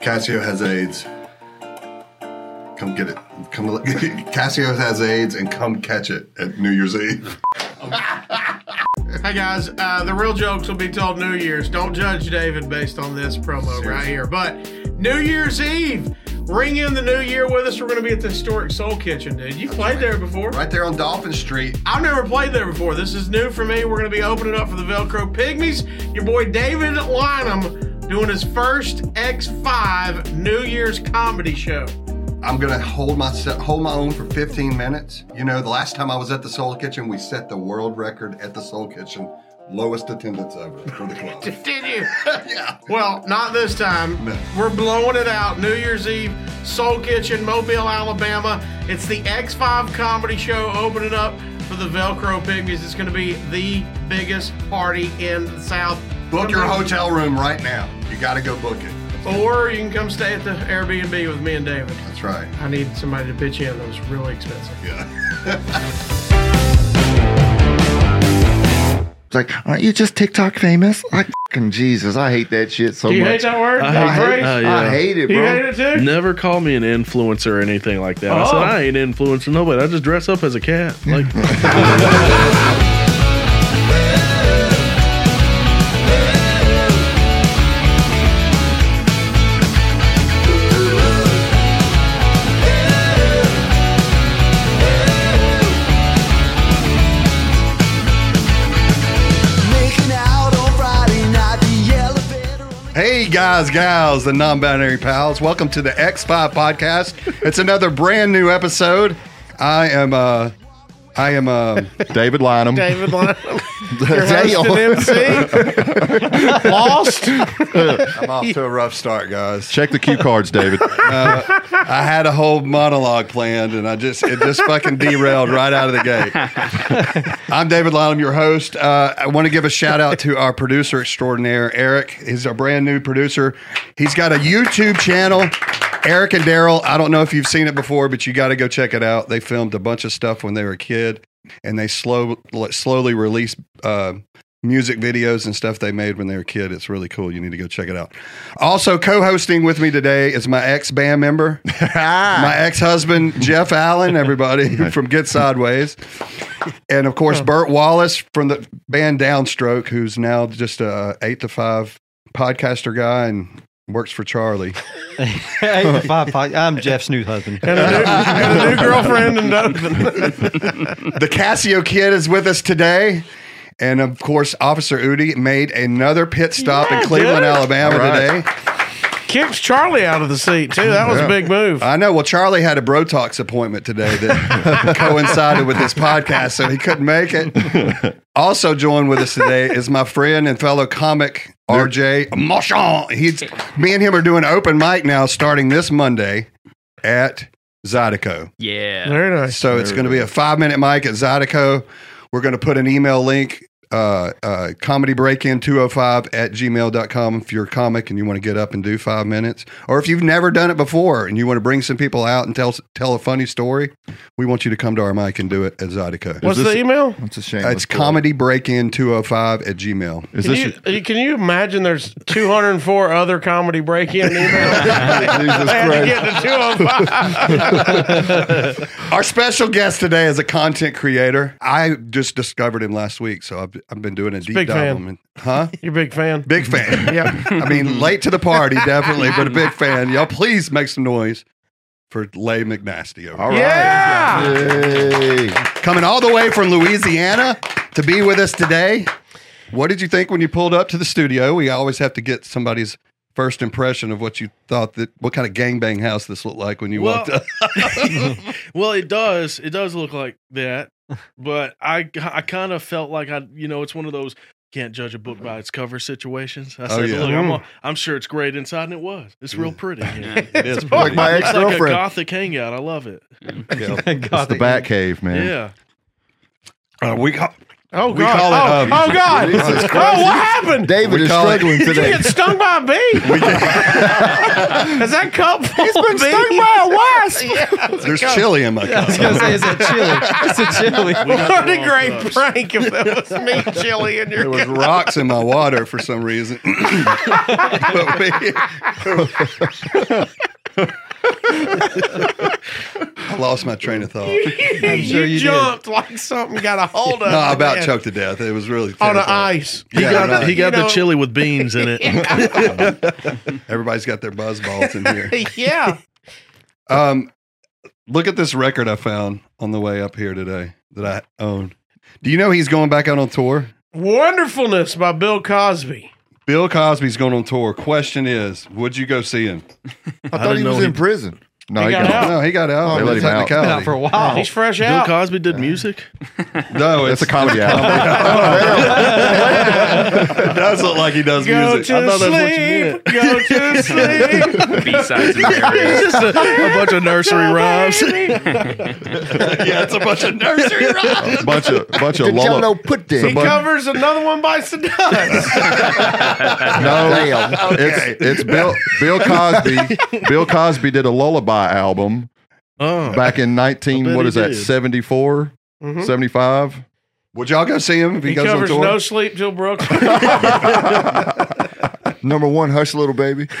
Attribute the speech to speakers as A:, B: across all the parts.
A: Cassio has AIDS. Come get it. Come, look- Cassio has AIDS, and come catch it at New Year's Eve.
B: Hey guys, uh, the real jokes will be told New Year's. Don't judge David based on this promo right here. But New Year's Eve, ring in the new year with us. We're going to be at the historic Soul Kitchen, dude. You played there before.
A: Right there on Dolphin Street.
B: I've never played there before. This is new for me. We're going to be opening up for the Velcro Pygmies. Your boy David Lynham doing his first X5 New Year's comedy show.
A: I'm gonna hold my se- hold my own for 15 minutes. You know, the last time I was at the Soul Kitchen, we set the world record at the Soul Kitchen, lowest attendance ever for the club.
B: Did you?
A: yeah.
B: Well, not this time.
A: No.
B: We're blowing it out. New Year's Eve, Soul Kitchen, Mobile, Alabama. It's the X5 comedy show opening up for the Velcro Pygmies. It's going to be the biggest party in the South.
A: Book your hotel room right now. You gotta go book it.
B: Or you can come stay at the Airbnb with me and David.
A: That's right.
B: I need somebody to pitch in. That was really expensive.
A: Yeah.
C: It's like, aren't you just TikTok famous? Like, fucking Jesus, I hate that shit so
B: Do you
C: much.
B: hate that word?
D: I
B: That
D: hate-
B: phrase?
D: uh,
C: I
D: Yeah.
C: hate it,
B: you
C: bro.
B: hate it too?
D: Never call me an influencer or anything like that. I
B: Oh.
D: said I ain't influencing nobody. I just dress up as a cat. Like
E: Making out on Friday night, the elevator.
A: Hey guys, gals, and non-binary pals, welcome to the X5 podcast. It's another brand new episode. I am uh I am uh
C: David Lynham.
B: David Lynham, your
C: Dale.
B: host and MC.
C: Lost.
A: I'm off to a rough start, guys.
C: Check the cue cards, David.
A: I had a whole monologue planned, and I just it just fucking derailed right out of the gate. I'm David Lynham, your host. Uh, I want to give a shout out to our producer extraordinaire, Eric. He's our brand new producer. He's got a YouTube channel, Eric and Daryl. I don't know if you've seen it before, but you got to go check it out. They filmed a bunch of stuff when they were a kid, and they slow slowly release. Uh, music videos and stuff they made when they were a kid. It's really cool. You need to go check it out. Also, co-hosting with me today is my ex band member, my ex husband Jeff Allen. Everybody from Get Sideways, and of course Burt Wallace from the band Downstroke, who's now just a eight to five podcaster guy and works for Charlie.
F: Eight to five pod- I'm Jeff's new husband.
B: And a new, and a new girlfriend and Donovan.
A: the Casio Kid is with us today. And of course, Officer Udi made another pit stop
B: Yeah,
A: in Cleveland,
B: dude.
A: Alabama
C: All right.
A: today.
B: Kicks Charlie out of the seat, too. That was a big move.
A: I know. Well, Charlie had a Bro Talks appointment today that coincided with this podcast, so he couldn't make it. Also joined with us today is my friend and fellow comic RJ Marchand. He's me and him are doing open mic now, starting this Monday at Zydeco.
G: Yeah.
B: Very nice.
A: So it's going to be a five minute mic at Zydeco. We're going to put an email link, uh, uh, comedy break in 205 at gmail.com if you're a comic and you want to get up and do five minutes. Or if you've never done it before and you want to bring some people out and tell, tell a funny story, we want you to come to our mic and do it at Zydeco.
B: What's
C: this-
B: the email?
C: That's a shame.
A: it's comedy break in 205 at gmail.
C: Is
B: Can
C: this
B: you, you- can you imagine there's 204 other comedy break in emails?
C: Jesus
B: I had to oh
C: Christ?
B: get to 205.
A: Our special guest today is a content creator. I just discovered him last week, so I've, I've been doing a deep
B: Big
A: dive
B: fan.
A: on him. Huh?
B: You're a big fan.
A: Big fan.
B: Yeah.
A: I mean, late to the party, definitely, but a big fan. Y'all, please make some noise for Lay McNasty. Over. All right.
B: Yeah.
C: Yay.
A: Coming all the way from Louisiana to be with us today. What did you think when you pulled up to the studio? We always have to get somebody's first impression of what you thought that what kind of gangbang house this looked like when you
D: Well-
A: walked up.
B: oh,
D: well, it does. It does look like that. But I I kind of felt like I you know, it's one of those can't judge a book by its cover situations. I said,
A: Oh, yeah.
D: look, I'm,
B: Mm.
D: a, I'm sure it's great inside, and it was. It's real pretty.
G: Yeah.
A: It is
C: Like my
D: It's like a
C: ex-girlfriend.
D: gothic hangout. I love it.
C: it's the Bat Cave, man.
D: Yeah.
A: Uh, we got
B: Oh
A: We
B: god!
A: call it,
B: oh,
A: um,
B: oh god!
A: Jesus Christ.
B: Oh, what happened?
C: David
A: We
C: is
A: call it-
C: struggling
B: Did you
C: today.
B: get stung by a bee? Is that cup full He's
C: been
B: of
C: stung
B: bees?
C: by a
A: There's chili in my
F: I was
A: cup.
F: gonna say, it's a chili. It's a chili.
B: What a great prank if that was me chili in
A: There
B: your
A: was
B: cup.
A: rocks in my water for some reason. But we- I lost my train of thought.
B: you
F: sure you did.
B: jumped like something got a hold of
A: No, I
B: you,
A: about
B: man.
A: choked to death. It was really
B: on the
A: terrifying.
B: ice.
D: He
A: Yeah,
D: got
A: right.
D: he got
B: You
D: the
B: know-
D: chili with beans in it.
A: Everybody's got their buzz balls in here.
B: yeah.
A: Um, look at this record I found on the way up here today that I own. Do you know he's going back out on tour?
B: Wonderfulness by Bill Cosby.
A: Bill Cosby's going on tour. Question is, would you go see him?
C: I thought he
D: didn't
C: was
D: know
C: in
D: he-
C: prison. No,
B: He
C: he
B: got
C: got
B: out.
A: No, he got out.
C: They let him out.
A: Technicality.
F: Been out Oh. for a while.
B: He's fresh
D: Bill
B: out.
D: Cosby did music.
A: No,
C: That's
A: it's
C: a comedy album.
A: it does look like he does
B: Go
A: music. I
B: to
A: thought that's what you
B: sleep. Go to sleep.
G: B-sides and various.
D: Just a, a bunch of nursery rhymes.
A: yeah, it's a bunch of nursery rhymes.
C: A bunch of bunch of
H: Did y'all know
C: lullabies.
H: put
B: He
H: down?
B: covers another one by Sadat.
C: No, it's it's Bill Bill Cosby. Bill Cosby did a lullaby album
D: Oh,
C: back in nineteen.
D: bet
C: What
D: he
C: is that?
D: did.
C: 74, 75?
A: Would y'all go see him if he,
B: Mm-hmm. He
A: goes on
B: covers
A: tour?
B: no sleep till Brooklyn.
D: Oh,
H: Number one, hush, little baby.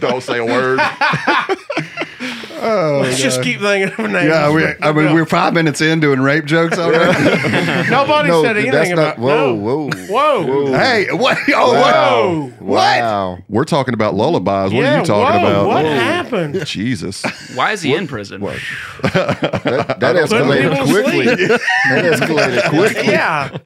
C: Don't say a word.
B: Let's just keep thinking of names.
A: yeah, we, I mean, we're five minutes in doing rape jokes already.
B: Nobody
H: No,
B: said anything about.
H: that's not. Whoa,
B: no.
H: whoa,
B: whoa,
A: hey, what? Oh,
B: Whoa.
H: Wow. Wow.
C: We're talking about lullabies. What are
B: Yeah,
C: you talking
B: whoa,
C: about?
B: What happened?
C: Jesus.
G: Why is he in prison?
H: That, that escalated
B: Couldn't people
H: quickly.
B: sleep?
H: That escalated quickly.
B: yeah,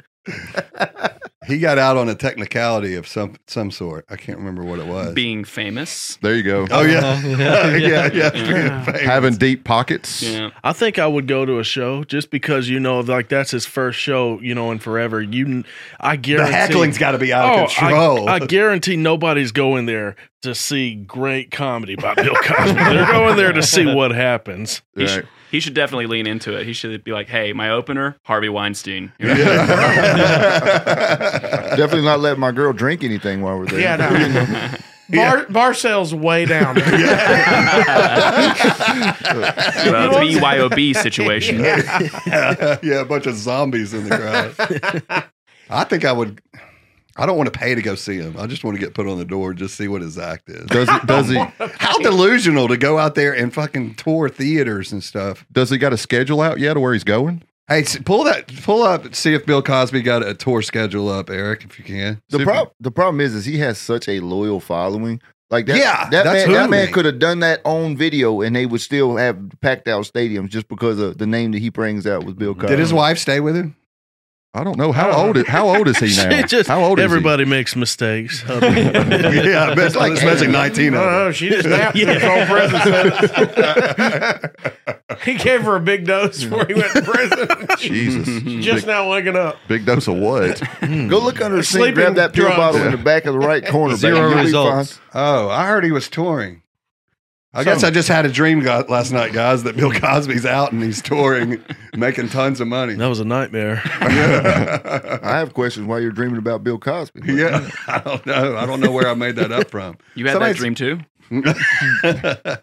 A: He got out on a technicality of some some sort. I can't remember what it was.
G: Being famous.
C: There you go.
A: oh yeah, yeah, yeah.
C: Having deep pockets.
G: Yeah.
D: I think I would go to a show just because you know, like that's his first show, you know, in forever. You, I
A: The
D: guarantee
A: heckling's got to be out
D: Oh,
A: of control.
D: I, I guarantee nobody's going there to see great comedy by Bill Cosby. They're going there to see what happens.
G: He, sh-
C: Right.
G: he should definitely lean into it. He should be like, hey, my opener, Harvey Weinstein. You know?
H: Definitely not letting my girl drink anything while we're there.
B: yeah. No. Bar, bar sales way down.
G: The BYOB situation.
A: yeah, a bunch of zombies in the crowd. I think I would. I don't want to pay to go see him. I just want to get put on the door, just see what his act is.
C: Does he, does he
A: How delusional to go out there and fucking tour theaters and stuff.
C: does he got a schedule out yet of where he's going?
A: Hey, s- pull that, pull up, and see if Bill Cosby got a tour schedule up, Eric, if you can.
H: The
C: Super-
H: problem the problem is is he has such a loyal following. Like that,
A: Yeah,
H: that
A: that's
H: man,
A: who
H: that
A: me.
H: man could have done that on video, and they would still have packed out stadiums just because of the name that he brings out with Bill Cosby.
A: Did his wife stay with him?
C: I don't know. How old is how old is he now?
D: It just-
C: how old is
D: everybody makes mistakes.
A: yeah, I bet- especially nineteen of them.
B: Oh, she just napped in his own prison cell. he gave her a big dose before he went to prison.
C: he? Jesus.
B: Just now waking up.
C: Big dose of what?
H: Go look under the sink,
B: Hmm. Sleeping
H: grab that pill
B: drugs.
H: bottle in the back of the right corner. baby.
F: Zero
H: You'll be
F: results.
A: Oh, I heard he was touring. I guess I just had a dream go- last night, guys, that Bill Cosby's out and he's touring, making tons of money.
D: that was a nightmare.
H: fine. I have questions why you're dreaming about Bill Cosby. but-
A: Yeah, I don't know. I don't know where I made that up from.
G: You had
A: Somebody's-
G: that dream too?
A: I,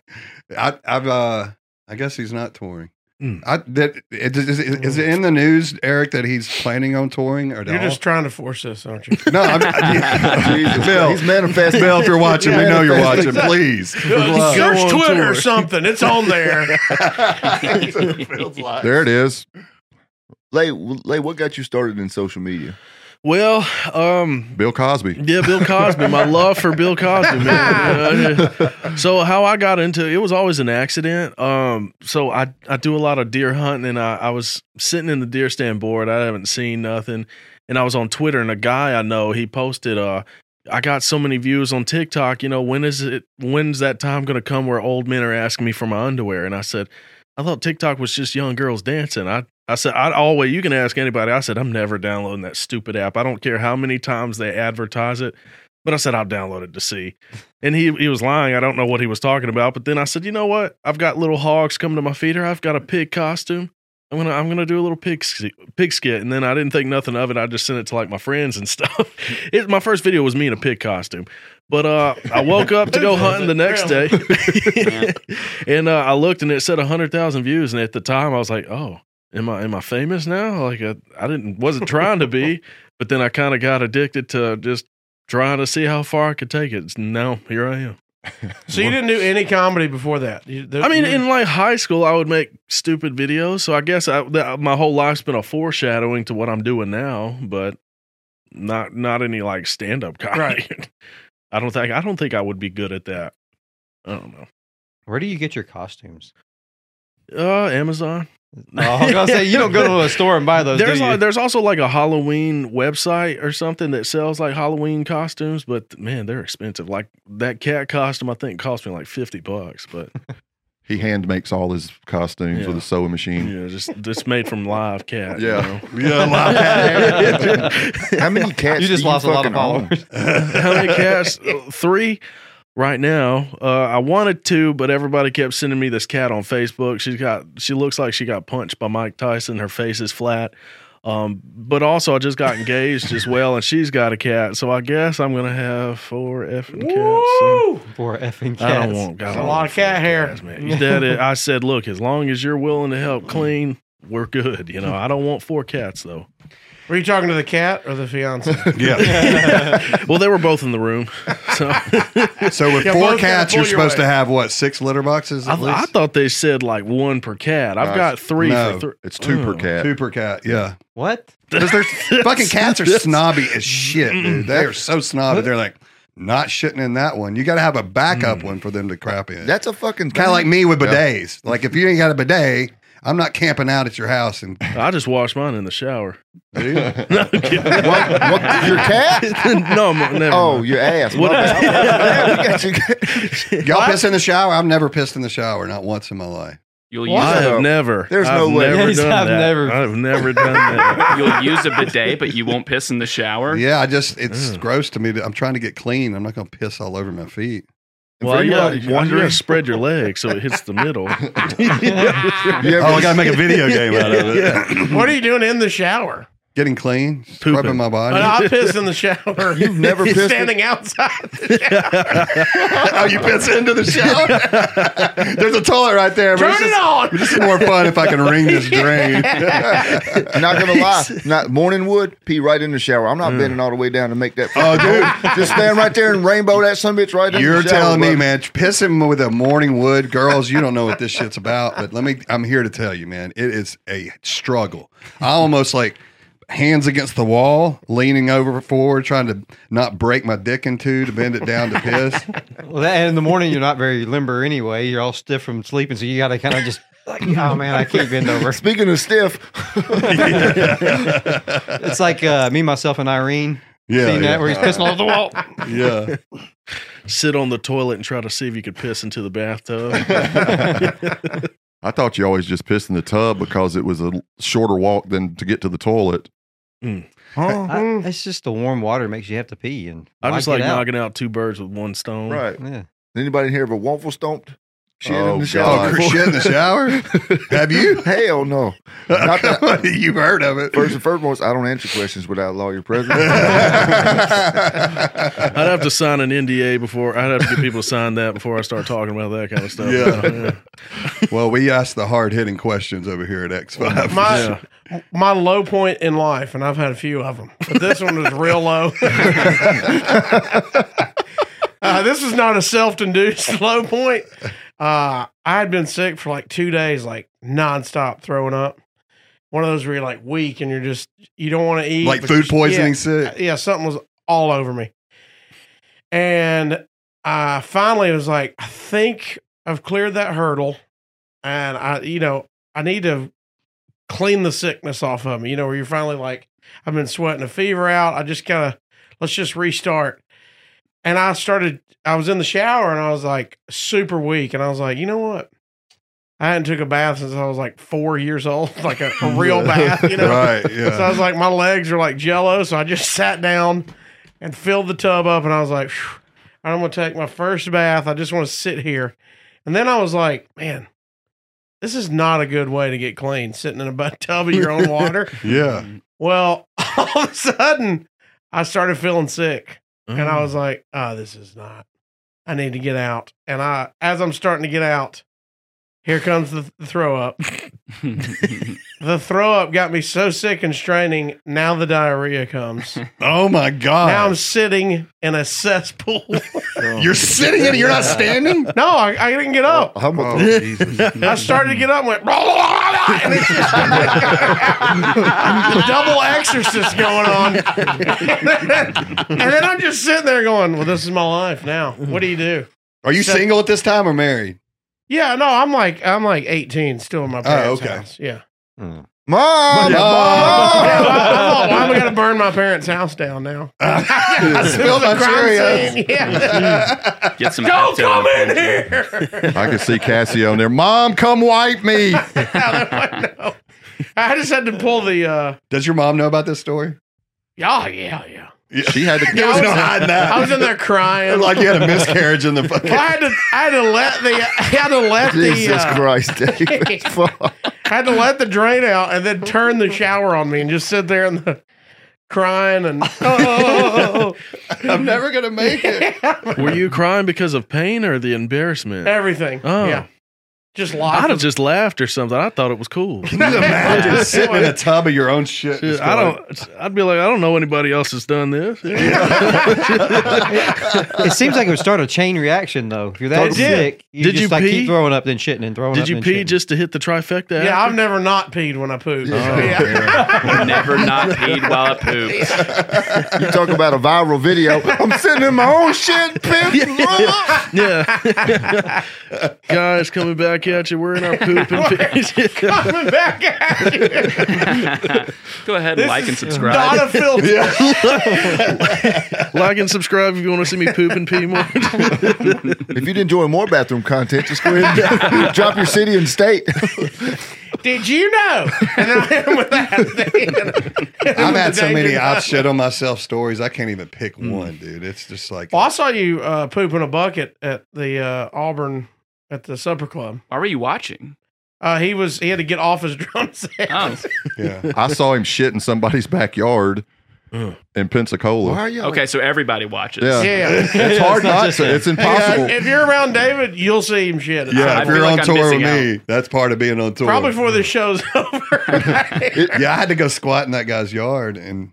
A: I've, uh, I guess he's not touring.
B: Hmm.
D: Mm.
A: I that it- is, is, is it in the news, Eric, that he's planning on touring or
B: You're
A: no?
B: just trying to force this, aren't you?
A: no, I'm, I,
H: Jesus,
A: Bill,
H: he's manifesting.
A: Bill, if you're watching, we know you're watching.
H: Manifesting.
A: Please, for love.
B: Search
D: on
B: Twitter
D: tour.
B: or something. It's on there.
C: There it is.
H: Lay, Lay, what got you started in social media?
D: Well, um,
C: Bill Cosby.
D: Yeah, Bill Cosby. my love for Bill Cosby, man. Uh, so how I got into it was always an accident. Um, so I I do a lot of deer hunting, and I, I was sitting in the deer stand board. I haven't seen nothing, and I was on Twitter, and a guy I know he posted uh. I got so many views on TikTok. You know, when is it? When's that time going to come where old men are asking me for my underwear? And I said, I thought TikTok was just young girls dancing. I I said, I always, you can ask anybody. I said, I'm never downloading that stupid app. I don't care how many times they advertise it. But I said, I'll download it to see. And he, he was lying. I don't know what he was talking about. But then I said, you know what? I've got little hogs coming to my feeder. I've got a pig costume. I'm gonna I'm gonna do a little pig sk- pig skit, and then I didn't think nothing of it. I just sent it to like my friends and stuff. It, my first video was me in a pig costume, but uh, I woke up to go hunting the next day, and uh, I looked and it said hundred thousand views. And at the time, I was like, oh, am I am I famous now? Like I, I didn't wasn't trying to be, but then I kind of got addicted to just trying to see how far I could take it. Now here I am.
B: So you didn't do any comedy before that. You- the-
D: I mean,
B: you-
D: in like high school, I would make stupid videos. So I guess I, that, my whole life's been a foreshadowing to what I'm doing now, but not not any like stand up comedy. I don't think I don't think I would be good at that. I don't know.
F: Where do you get your costumes?
D: Uh, Amazon.
F: No, I was gonna say you don't go to a store and buy those.
D: There's
F: do you?
D: al- there's also like a Halloween website or something that sells like Halloween costumes, but man, they're expensive. Like that cat costume, I think cost me like fifty bucks. But
I: He hand makes all his costumes with
D: Yeah.
I: a sewing machine.
D: yeah, just just made from live cat. you
I: Yeah.
D: know?
A: Yeah, live cat
H: How many cats?
F: you just
H: do
F: lost a lot
H: fucking
F: of
H: own?
F: followers.
D: how many cats? Uh, Three right now. Uh, I wanted to, but everybody kept sending me this cat on Facebook. She's got she looks like she got punched by Mike Tyson. Her face is flat. Um, but also I just got engaged as well, and she's got a cat. So I guess I'm gonna have four effing cats. so-
B: Woo!
F: Poor effing cats.
D: I don't want. I
B: That's
D: don't
B: a lot
D: want
B: of cat
D: fucking
B: hair.
D: cats, man. You said it. I said, look, as long as you're willing to help clean, we're good. You know, I don't want four cats though.
B: Were you talking to the cat or the fiance?
A: Yeah.
D: Well, they were both in the room, so.
A: So with
B: Yeah,
A: four
B: both gotta
A: cats,
B: pull
A: you're
B: your
A: supposed to
B: weight.
A: have what six litter boxes
D: I,
A: at
D: th- I
A: least?
D: thought they said like one per cat. I've
I: No,
D: got three
A: no,
D: for three.
I: It's two per
D: Oh.
I: cat.
A: Two per cat. Yeah.
F: What?
A: Because they're fucking cats are snobby as shit, dude. They are so snobby. They're like not shitting in that one. You got to have a
B: Mm.
A: backup one for them to crap in.
H: That's a fucking
A: kind of like
H: thing.
A: me with bidets. Like if you ain't got a bidet, I'm not camping out at your house. And
D: I just washed mine in the shower.
H: What, what, your cat?
D: no, m- never.
H: Oh,
D: Oh,
H: your ass. My
D: What-
H: bad. Yeah, we got you.
A: y'all piss in the shower. I've never pissed in the shower, not once in my life.
G: You'll use,
D: I
G: a,
D: have never.
H: There's
D: I've
H: no way.
D: Never
F: Yes,
D: done
F: I've
D: that.
F: never.
D: I've never done that.
G: you'll use a bidet, but you won't piss in the shower.
A: Yeah, I just it's
D: Ugh.
A: gross to me. To, I'm trying to get clean. I'm not gonna piss all over my feet.
D: Well,
H: you
D: you
H: are
D: gotta, you gotta spread your legs so it hits the middle.
H: You ever-
A: Oh, gotta make a video game out of it.
B: what are you doing in the shower?
A: Getting clean, scrubbing my body.
B: I, I piss in the shower. You've
H: never pissed in-
B: standing outside.
A: oh, you piss into the shower? There's a toilet right there. but
B: Turn
A: it's
B: it
A: just-
B: on.
A: This is more fun if I can ring this drain.
H: not gonna lie, not morning wood. Pee right in the shower. I'm not bending all the way down to make that.
A: oh, dude.
H: just stand right there and rainbow that some bitch right in
A: You're
H: the shower.
A: telling me,
H: brother.
A: man, pissing with a morning wood, girls. You don't know what this shit's about, but let me. I'm here to tell you, man. It is a struggle. I almost like hands against the wall, leaning over forward, trying to not break my dick in two to bend it down to piss.
F: Well, that, in the morning you're not very limber anyway. You're all stiff from sleeping, so you got to kind of just like, oh man, I can't bend over.
H: Speaking of stiff,
F: It's like uh, me, myself, and Irene.
A: Yeah,
F: Seen
A: yeah.
F: that where he's pissing all over the wall.
A: Yeah,
D: Sit on the toilet and try to see if you could piss into the bathtub.
I: I thought you always just pissed in the tub because it was a l- shorter walk than to get to the toilet.
F: I, it's just the warm water makes you have to pee, and
D: I'm just like
F: it out.
D: knocking out two birds with one stone.
H: right?
F: Yeah.
H: Anybody here ever waffle stomped? Shit in
I: Oh,
H: the
A: oh,
H: shower.
A: Chris,
H: before?
A: shit in the shower. Have you?
H: Hell no. Not that.
A: You've heard of it.
H: First and foremost, I don't answer questions without a lawyer present.
D: I'd have to sign an NDA before I'd have to get people to sign that before I start talking about that kind of stuff.
A: Yeah. well, we asked the hard hitting questions over here at X Five.
B: My my low point in life, and I've had a few of them, but this one was real low. uh, this is not a self-induced low point. Uh, I had been sick for like two days, like nonstop throwing up. One of those where you're like weak and you're just you don't want to eat,
A: like
B: but
A: food
B: you're- yeah,
A: poisoning sick.
B: Uh, yeah, something was all over me. And I finally was like, I think I've cleared that hurdle. And I, you know, I need to clean the sickness off of me, you know, where you're finally like, I've been sweating a fever out. I just kind of, let's just restart. And I started, I was in the shower and I was like super weak. And I was like, you know what? I hadn't took a bath since I was like four years old, like a, a real bath, you know?
A: Right. Yeah.
B: So I was like, my legs are like jello. So I just sat down and filled the tub up. And I was like, "Phew, I'm going to take my first bath. I just want to sit here. And then I was like, man, this is not a good way to get clean, sitting in a butt tub of your own water.
I: Yeah.
B: Well, all of a sudden, I started feeling sick, and
D: Mm.
B: I was like, "Oh, this is not. I need to get out." And I, as I'm starting to get out, here comes the, the throw up. The throw up got me so sick and straining. Now the diarrhea comes.
A: Oh my
B: Now I'm
A: god! Oh.
B: sitting in a cesspool.
A: you're sitting in. it, You're not standing.
B: no, I, I didn't get up.
H: How much?
I: Oh,
A: Oh.
B: I started to get up and went, and it's just double exorcist going on. and, then, and then I'm just sitting there going, well, this is my life now. What do you do?
A: Are you single at this time or married?
B: Yeah, no, I'm like, I'm like 18 still in my parents'
A: Oh, okay.
B: house. Yeah.
D: Hmm.
H: Mom!
A: Oh,
B: Yeah, well, I, I thought, why am I going to burn my parents' house down now? I
A: spilled my Cheerios.
B: Yeah.
G: Get some.
B: Don't
G: Acto
B: come in
G: Poison.
B: here.
I: I could see Cassie on there. Mom, come wipe me.
B: No. I just had to pull the, uh,
A: Does your mom know about this story?
B: yeah, yeah, yeah.
I: She had to.
A: There was no hiding that.
B: I was in there crying.
A: like you had a miscarriage in the fucking.
B: Well, I had to, I had to let the, I had to let the,
H: Jesus
B: uh,
H: Christ, David. Fuck.
B: I had to let the drain out and then turn the shower on me and just sit there in the crying and oh,
A: I'm never gonna make it.
D: Were you crying because of pain or the embarrassment?
B: everything.
D: Oh.
B: Yeah, just lots.
D: I'd
B: of-
D: have just laughed or something. I thought it was cool.
A: Can you imagine sitting in a tub of your own shit?
D: Dude,
A: Just
D: I
A: going,
D: don't. I'd be like, I don't know anybody else that's done this.
F: it seems like it would start a chain reaction, though. If you're that
B: It did.
F: sick, you
D: Did
F: just
D: you
F: like
D: pee?
F: keep throwing up, then shitting, and throwing up.
D: Did you
F: then
D: pee
F: shitting.
D: just to hit the trifecta?
B: yeah, I've
D: after?
B: never not peed when I pooped. Yeah.
G: Never not peed while I pooped.
H: You talk about a viral video. I'm sitting in my own shit,
A: Oh,
H: piss.
D: yeah. Guys coming back at you wearing our poop and piss.
B: Coming back at you.
G: Go ahead, and like and subscribe.
B: Not a filter.
D: like and subscribe if you want to see me poop and pee more.
H: If you'd enjoy more bathroom content, just go ahead and drop your city and state.
B: Did you know? And then I am with that.
A: I've had so many
B: Danger.
A: I've shit on myself stories. I can't even pick one, dude. It's just like
B: Well, I saw you uh, poop in a bucket at the uh, Auburn at the supper club.
G: Why were you watching?
B: Uh, he was he had to get off his drum set.
G: Oh,
A: yeah.
I: I saw him shit in somebody's backyard in Pensacola.
H: Uh. Why are y'all?
G: okay. So everybody watches.
I: Yeah.
B: Yeah.
A: Oh.
I: It's hard not to. It's impossible.
B: if you're around David, you'll see him shit. Uh,
A: Yeah,
G: I
A: if
G: feel
A: you're
G: like
A: on
G: I'm
A: tour with
G: missing
A: me, that's part of being on tour.
B: Probably before this show's over.
A: yeah, I had to go squat in that guy's yard and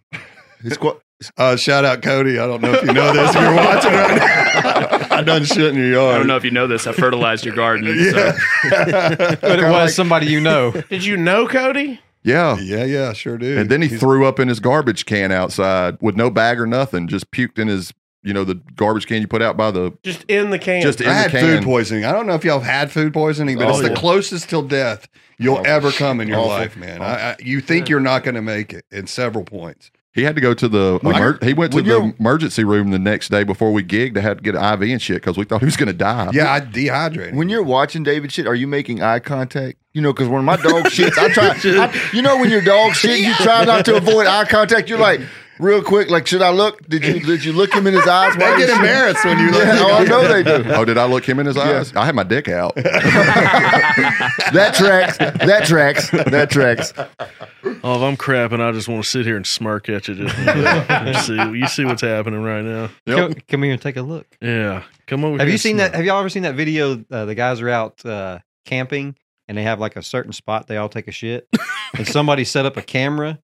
H: It's quite,
A: uh, shout out Cody. I don't know if you know this. If you're watching right now, I done shit in your yard.
G: I don't know if you know this. I fertilized your garden. So.
F: But it was somebody you know.
B: Did you know Cody?
I: Yeah.
A: Yeah, yeah, sure do.
I: And then he threw up in his garbage can outside uh, with no bag or nothing, just puked in his, you know, the garbage can you put out by the,
B: Just in the can.
I: just in
A: I
I: the
A: had
I: can.
A: food poisoning. I don't know if y'all have had food poisoning, but
I: Oh,
A: it's the
I: yeah.
A: closest till death you'll
I: Awful.
A: ever come in your
I: Awful.
A: life, man. I, I, you think you're not going to make it in several points.
I: He had to go to the,
H: When
I: emer- he went to
H: when
I: the
H: you're-
I: emergency room the next day before we gigged to have to get an IV and shit because we thought he was going to die.
A: Yeah, I dehydrated.
H: when you're watching David shit, are you making eye contact? You know, because when my dog shits, I try. I- you know, when your dog shit, you try not to avoid eye contact. You're like, real quick, like, should I look? Did you did you look him in his eyes?
A: they
H: while
A: get
H: you shit?
A: embarrassed when you look.
H: Yeah, oh, I know they do.
I: Oh, did I look him in his eyes? I had my dick out.
H: That tracks. That tracks. That tracks.
D: oh, if I'm crapping, I just want to sit here and smirk at you. Just you see, you see what's happening right now.
F: Come, come here and take a look.
D: Yeah, come over.
F: Have
D: here
F: you
D: and
F: seen
D: smirk.
F: that? Have y'all ever seen that video? Uh, the guys are out uh, camping and they have like a certain spot they all take a shit, and somebody set up a camera.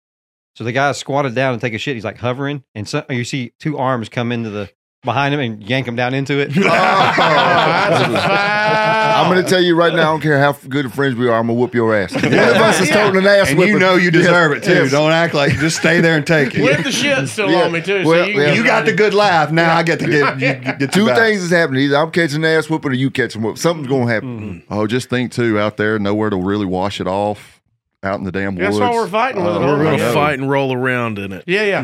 F: So the guy squatted down and take a shit. He's like hovering, and so, you see two arms come into the behind him and yank him down into it.
I: Oh.
H: I'm going to tell you right now, I don't care how good friends we are, I'm going to whoop your ass. One of us is toting an ass
A: and
H: whipping.
A: you know you deserve it too.
H: Yes.
A: Don't act like just stay there and take it.
B: With the shit still
H: Yeah.
B: on me too. so
H: Well,
B: you,
H: yeah.
B: can-
A: You got the good laugh. Now I get to get you get your
H: Two
A: back.
H: things is happening. Either I'm catching an ass whooping or you catching whoop. Something's going to happen.
A: Mm-hmm.
I: Oh, just think too, out there, nowhere to really wash it off, out in the damn
B: That's
I: woods.
B: why we're fighting with it.
D: We're
B: all.
D: gonna
B: Yeah.
D: fight and roll around in it
B: Yeah, yeah.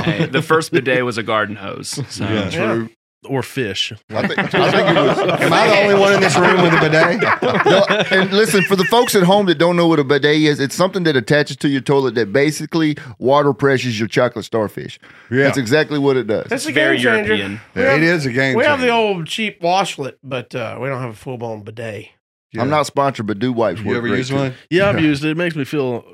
G: Hey, the first bidet was a garden hose. So.
A: True.
D: or fish.
H: I think, I think it was.
A: Am I the only one in this room with a bidet?
H: No, and listen, for the folks at home that don't know what a bidet is, it's something that attaches to your toilet that basically water pressures your chocolate starfish.
A: Yeah.
H: That's exactly what it does.
B: That's a
G: Very
B: game changer.
G: European.
B: We have-
A: it is a game.
B: We have the
A: changer.
B: old cheap washlet, but uh, we don't have a full blown bidet.
A: Yeah.
H: I'm not sponsored, but do wipes
A: You
H: work
A: ever
H: great,
A: use
H: too.
A: one?
D: Yeah, I've used it. It makes me feel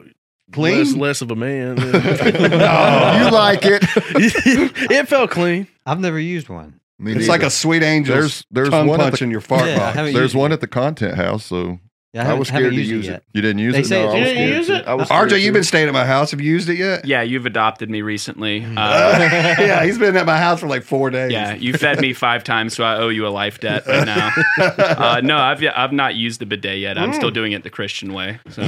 A: Clean?
D: less, less of a man.
A: Oh.
H: You like it?
D: it felt clean.
F: I've never used one.
H: Me
A: It's
H: neither.
A: like a sweet angel.
I: There's there's
A: tongue
I: one at
A: punch
I: the,
A: in your fart
F: Yeah, I
A: box.
F: haven't
I: there's
F: used
I: one at the content house, so
H: I
F: Yeah,
H: was
F: haven't- haven't
H: scared to
F: used it
H: use
F: yet.
H: it.
I: you didn't use
F: They
I: it.
F: say
H: No,
F: it's
B: You
H: I was
B: didn't
H: scared
B: use
H: too.
B: it?
H: I was
A: RJ,
H: scared
A: you've
H: too.
A: been staying at my house. Have you used it yet?
G: Yeah, you've adopted me recently. Uh,
A: Uh, yeah, he's been at my house for like four days.
G: yeah, you fed me five times, so I owe you a life debt right now. Uh, no, I've I've not used the bidet yet. I'm still doing it the Christian way. So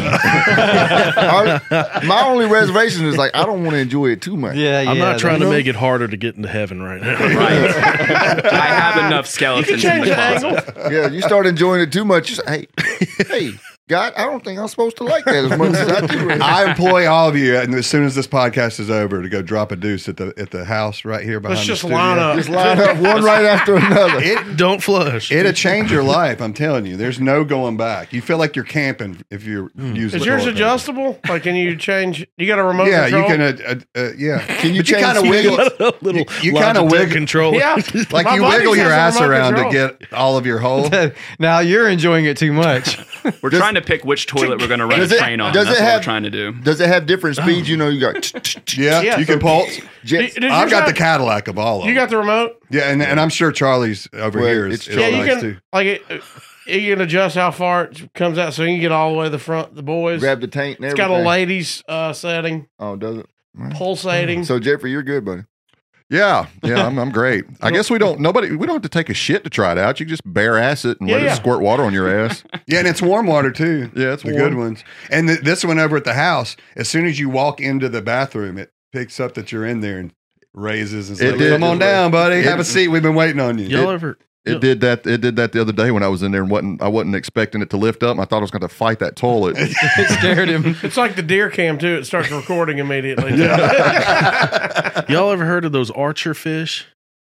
H: I- my only reservation is like I don't want to enjoy it too much.
F: Yeah, yeah.
D: I'm not trying
F: that-
D: to make it harder to get into heaven right now.
G: right, I have enough skeletons in
B: change
G: the
B: the
G: closet.
B: angle.
H: Yeah, you start enjoying it too much. You say, hey, hey, God, I don't think I'm supposed to like that as much as I do. Right now.
A: I employ all of you, and as soon as this podcast is over, to go drop a deuce at the at the house right here behind.
B: Let's
A: the
B: just
A: studio.
B: line up.
H: Just line up one right after another.
A: It
D: Don't flush.
A: it'll change your life. I'm telling you, there's no going back. You feel like you're camping if you're using.
B: Is
A: the
B: yours
A: toilet paper.
B: adjustable? Like, can you change? You got a remote
A: Yeah, you
B: control?
A: can. Uh, uh, uh, yeah,
H: Can you
A: But you
H: change
A: kinda
H: the
A: wiggle-
H: speed?
D: a little
A: you
D: Logitech
A: kinda wig-
D: controller.
B: Yeah.
A: like
B: My
A: you
B: buddy
A: wiggle
B: has
A: your
B: a
A: ass
B: remote
A: around to
B: control.
A: get all of your hole.
F: now you're enjoying it too much.
G: We're trying to pick which toilet we're going to run
H: Does
G: a
H: it-
G: train on.
H: does
G: That's
H: it
G: what
H: have-
G: we're trying to do.
H: Does it have different speeds? You know, you got.
A: Yeah,
B: Yeah,
A: you
B: so-
A: can pulse.
H: Jet,
B: Does
A: I've
B: yours
A: got the
B: have-
A: Cadillac of all of
B: You
A: them.
B: got the remote?
A: Yeah, and, and I'm sure Charlie's over
H: Well,
A: here is,
H: it's
A: is
H: Charlie.
B: yeah, you
A: nice
B: can.
A: too.
B: Like, it, it- you can adjust how far it comes out so you can get all the way to the front, the boys.
H: grab the tank. And
B: it's
H: everything.
B: got a ladies uh, setting,
H: Oh, does it?
B: pulsating.
A: Mm.
H: So Jeffrey, you're good, buddy.
I: Yeah, yeah, I'm, I'm great. I guess we don't nobody we don't have to take a shit to try it out. You can just bare ass it and let
B: Yeah, yeah.
I: it squirt water on your ass.
A: Yeah, and it's warm water too.
I: Yeah, it's
A: the
I: warm.
A: good ones. And th- this one over at the house, as soon as you walk into the bathroom, it picks up that you're in there and raises and
I: It
A: says,
I: did.
A: "Come on down, buddy.
I: It-
A: Have a seat. We've been waiting on you."
D: Y'all ever?
I: It
D: Yeah.
I: did that. It did that the other day when I was in there and wasn't I wasn't expecting it to lift up. and I thought I was going to fight that toilet.
F: it scared him.
B: it's like the deer cam, too. It starts recording immediately.
D: Y'all ever heard of those archer fish?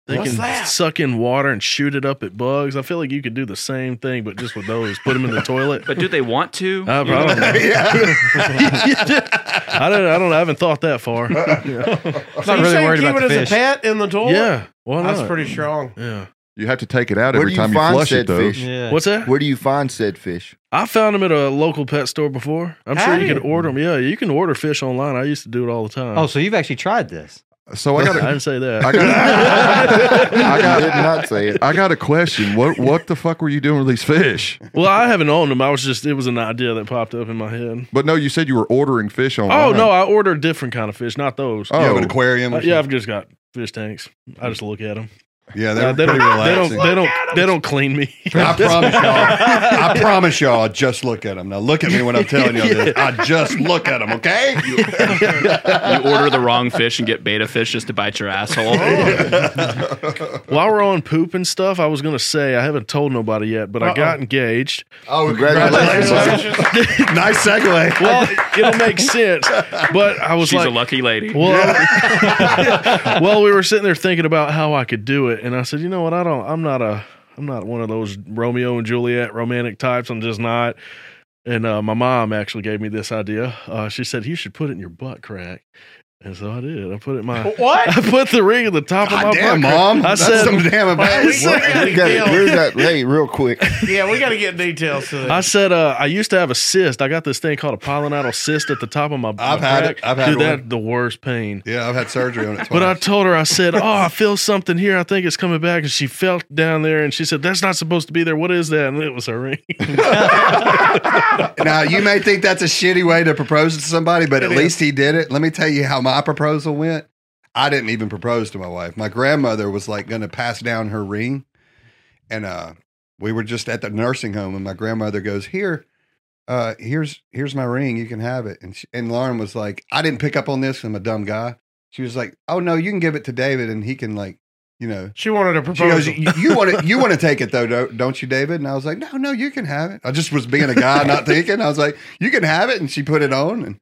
D: They
B: What's
D: can
B: that?
D: suck in water and shoot it up at bugs. I feel like you could do the same thing, but just with those, put them in the toilet.
G: But do they want to?
D: I, I don't know. I don't. I don't. I haven't thought that far.
B: So
F: not
B: you
F: really
B: saying
F: worried
B: keep
F: about
B: it
F: the
B: as
F: fish.
B: a pet in the toilet?
D: yeah. Why not?
B: That's pretty strong.
D: Yeah.
I: you have to take it out
H: Where
I: every
H: do you
I: time you,
H: find
I: flush
H: said
I: it, though.
H: fish?
F: Yeah.
D: What's that?
H: Where do you find said fish?
D: I found them at a local pet store before. I'm
B: How
D: sure
B: do
D: you can
B: you-
D: order them. Yeah, you can order fish online. I used to do it all the time.
F: Oh, so you've actually tried this?
I: So I
D: I
I: got a,
D: didn't say that.
I: I got a, I
H: I
I: got
H: did not say it.
I: I got a question. What what the fuck were you doing with these fish?
D: well, I haven't owned them. I was just it was an idea that popped up in my head.
I: But no, you said you were ordering fish
D: Oh
I: online.
D: no, I ordered different kind of fish, not those.
A: You have
I: Oh.
A: an aquarium.
D: Uh,
A: or
D: yeah, I've
A: something?
D: just got fish tanks. I just look at them.
A: yeah, they're
D: they, don't,
A: pretty
D: they
A: relaxing.
D: don't. They don't. They don't clean me.
A: I promise y'all. I promise y'all. Just look at them now. Look at me when I'm telling y'all this. I just look at them. Okay.
G: You order the wrong fish and get beta fish just to bite your asshole.
D: While we're on poop and stuff, I was gonna say I haven't told nobody yet, but I got engaged.
A: Oh,
H: Congratulations.
A: nice segue.
D: Well, it'll make sense. But I was
G: She's
D: like,
G: a lucky lady.
D: Well, well, we were sitting there thinking about how I could do it, and I said, you know what? I don't. I'm not a. I'm not one of those Romeo and Juliet romantic types. I'm just not. And uh, my mom actually gave me this idea. Uh, she said you should put it in your butt crack, and so I did. I put it in my.
B: What?
D: I put the ring at the top of my
A: Oh, God damn,
D: butt. crack.
A: mom.
D: I
A: That's
D: said-
A: some damn advice.
B: Well,
H: Well, we got it. Where's that? Hey, real quick.
B: Yeah, we got to get details to this.
D: I said uh, I used to have a cyst. I got this thing called a pilonidal cyst at the top of my.
A: I've
D: my
A: had
D: crack.
A: it. I've had
D: Dude,
A: one.
D: that the worst pain.
A: Yeah, I've had surgery on it. Twice.
D: But I told her, I said, "Oh, I feel something here. I think it's coming back." And she felt down there, and she said, "That's not supposed to be there. What is that?" And it was her ring.
A: Now you may think that's a shitty way to propose to somebody, but at least he did it. Let me tell you how my proposal went. I didn't even propose to my wife. My grandmother was like going to pass down her ring, and uh, we were just at the nursing home, and my grandmother goes, "Here, uh, here's here's my ring. You can have it." And she, and Lauren was like, "I didn't pick up on this. I'm a dumb guy." She was like, "Oh no, you can give it to David, and he can like, you know,
B: she wanted a
A: she goes,
B: proposal.
A: you, you want to you want to take it though, don't- don't you, David? And I was like, no, no, you can have it. I just was being a guy, not thinking. I was like, you can have it, and she put it on, and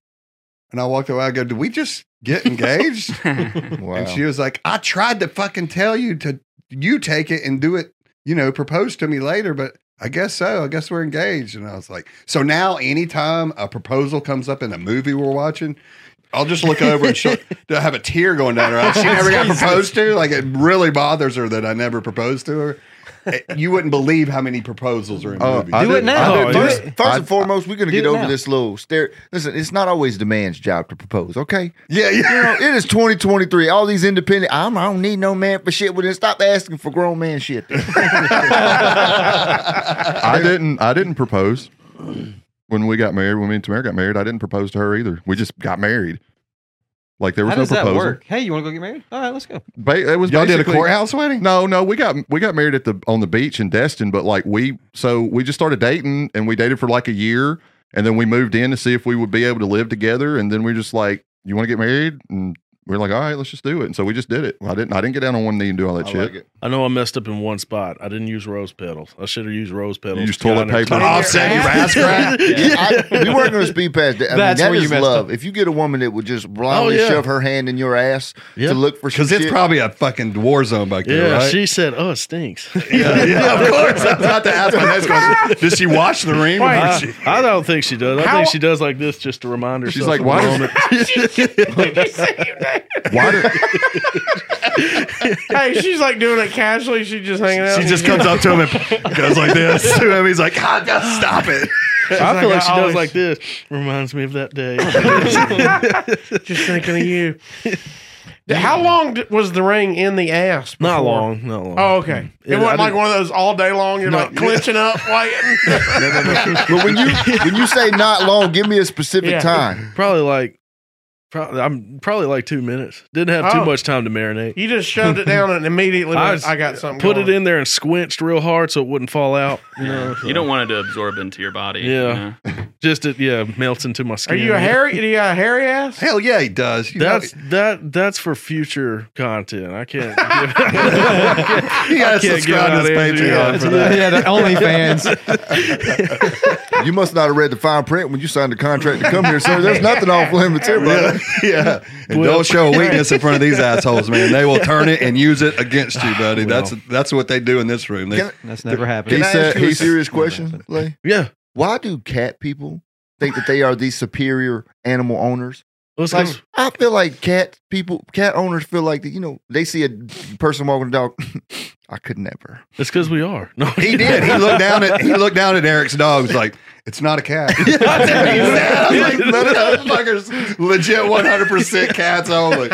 A: and I walked away. I go, did we just get engaged?
H: Wow.
A: And she was like, I tried to fucking tell you to you take it and do it, you know, propose to me later, but I guess so. I guess we're engaged. And I was like, so now anytime a proposal comes up in a movie we're watching, I'll just look over and she'll do I have a tear going down her eye. She never got proposed to. Like it really bothers her that I never proposed to her. Eh, You wouldn't believe how many proposals are in
H: Oh,
A: movies.
H: I
F: Do it now.
H: I
F: Oh,
H: do.
F: yeah.
H: First, first
I: I-
H: and foremost, we're going to
F: do
H: get
F: it
H: over
F: now.
H: this little stare. Listen, it's not always the man's job to propose, okay?
A: yeah,
H: You
A: yeah.
H: know, it is 2023. All these independent, I'm, I don't need no man for shit. Well, then stop asking for grown man shit. then.
I: I didn't. I didn't propose when we got married. When me and Tamara got married, I didn't propose to her either. We just got married. Like there was
F: How
I: no
F: does that
I: proposal.
F: work? Hey, you want to go get married? All right, let's go.
I: Ba- it was
A: Y'all did a
I: basically-
A: courthouse wedding?
I: No, no, we got we got married at the on the beach in Destin, but like we so we just started dating and we dated for like a year and then we moved in to see if we would be able to live together and then we are just like, You want to get married? And we are like, All right, let's just do it. And so we just did it. I didn't I didn't get down on one knee and do all that
H: I
I: shit.
H: like it.
D: I know I messed up in one spot. I didn't use rose petals. I should have used rose petals.
I: used toilet
D: God,
I: paper.
D: I-
A: Offset you rascal.
H: I, we weren't going to speed past that. I
F: That's
H: mean, that
F: where you
H: is
F: messed
H: love. If you get a woman that would just blindly
D: Oh, yeah.
H: shove her hand in your ass
D: Yeah.
H: to look for some
A: Because it's
H: shit,
A: probably a fucking war zone back
D: Yeah,
A: there, right?
D: she said, "Oh, it stinks."
A: yeah, yeah, of course. I'm about to ask my next question. Did she watch the ring? Or did she-
D: I, I don't think she does. I
B: How-
D: think she does like this just to remind herself.
I: She's like,
D: of
I: Why
D: the
I: does
D: moment.
I: why do,
B: hey, she's like doing it casually. She's just hanging out.
A: She just comes up to him and goes like this to him. He's like, God, just stop it.
D: I feel
B: like,
D: like she
B: I
D: does
B: always-
D: like this. Reminds me of that day.
B: just thinking of you. How long d- was the ring in the ass? Before?
D: not long, not long.
B: Oh, okay. It
D: Yeah, I
B: wasn't like
D: didn't-
B: one of those all day long. You're
D: No.
B: like clenching up, waiting.
H: But when you when you say not long, give me a specific
B: Yeah.
H: time.
D: Probably like, probably I'm probably like two minutes. Didn't have
B: Oh.
D: too much time to marinate.
B: You just shoved it down and immediately
D: I
B: went,
D: was-
B: I, got something.
D: Put
B: going.
D: it in there and squinched real hard so it wouldn't fall out. You know, so-
G: You don't want it to absorb into your body.
D: Yeah.
G: you know?
D: just it, yeah, melts into my
B: Are
D: skin.
B: you a hairy? Do you got a hairy ass?
A: Hell yeah, he does. You
D: That's
A: know,
D: that. That's for future content. I can't. give-
A: you gotta
D: I can't
A: subscribe to
D: give out
A: his Patreon
D: answers.
A: for that.
F: yeah, the OnlyFans.
H: You must not have read the fine print when you signed the contract to come here, sir. There's nothing off limits here, brother.
A: Yeah, yeah. And don't show a weakness in front of these assholes, man. They will turn it and use it against
D: Ah,
A: you, buddy. That's that's what they do in this room. They,
H: Can-
F: That's never happened.
H: Can I
I: said-
H: ask you
I: he
H: a
I: s-
H: serious question, Lay?
D: yeah,
H: Why do cat people think that they are the superior animal owners?
D: let's
H: Like,
D: go.
H: I feel like cat people, cat owners feel like that. You know, they see a person walking a dog. I could never.
D: It's because we are. No,
A: he did. He looked down at he looked down at Eric's dog. He's like, "It's not a cat." That's what he said. I was like, "None of those fuckers legit one hundred percent cats only."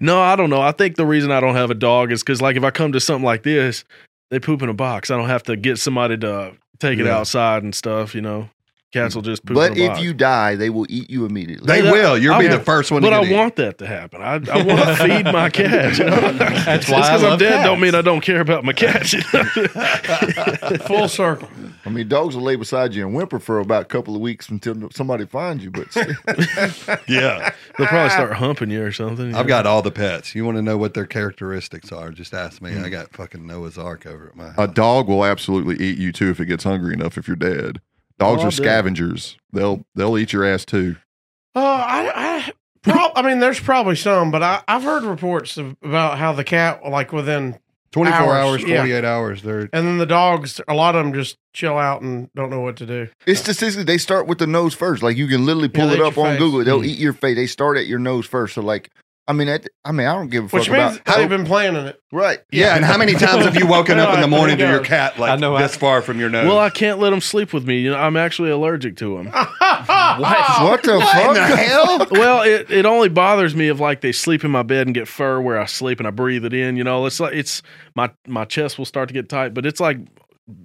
D: no, I don't know. I think the reason I don't have a dog is because, like, if I come to something like this, they poop in a box. I don't have to get somebody to take it
A: Yeah.
D: outside and stuff. You know, cats will just poop.
H: But
D: in a
H: if
D: box.
H: you die, they will eat you immediately.
A: They will. You'll be
D: I-
A: the first one. to
D: uh, but I
A: get eaten.
D: want that to happen. I, I want to feed my cat. You know? That's
F: why I
D: I'm
F: love
D: dead
F: cats.
D: don't mean I don't care about my cat. you know?
B: Full circle.
H: I mean, dogs will lay beside you and whimper for about a couple of weeks until somebody finds you. But
A: Yeah,
D: They'll probably start humping you or something. you
A: I've
D: know?
A: got all the pets. You want to know what their characteristics are? Just ask me. I got fucking Noah's Ark over at my house.
I: a dog will absolutely eat you too if it gets hungry enough if you're dead. Dogs
D: Oh, I
I: are
D: bet.
I: scavengers. They'll they'll eat your ass too.
B: Uh, I, I, prob- I mean, there's probably some, but I, I've heard reports of, about how the cat, like within,
A: Twenty four hours,
B: Hours, yeah.
A: forty eight hours. They're
B: and then the dogs, a lot of them just chill out and don't know what to do.
H: it's statistically they start with the nose first. Like you can literally pull
B: they Hmm.
H: it
B: eat
H: up
B: your
H: on
B: face.
H: Google. They'll eat your face. They start at your nose first. So like, I mean, that, I mean, I don't give a fuck
B: Which means
H: about
B: they've been planning it.
H: right.
A: yeah. And how many times have you woken up in the morning to your cat like
F: I know
A: this
F: I-
A: far from your nose?
D: Well, I can't let them sleep with me. You know, I'm actually allergic to them.
B: Ah,
H: What the fuck?
A: hell?
D: well, it, it only bothers me if like they sleep in my bed and get fur where I sleep and I breathe it in. You know, it's like it's my my chest will start to get tight, but it's like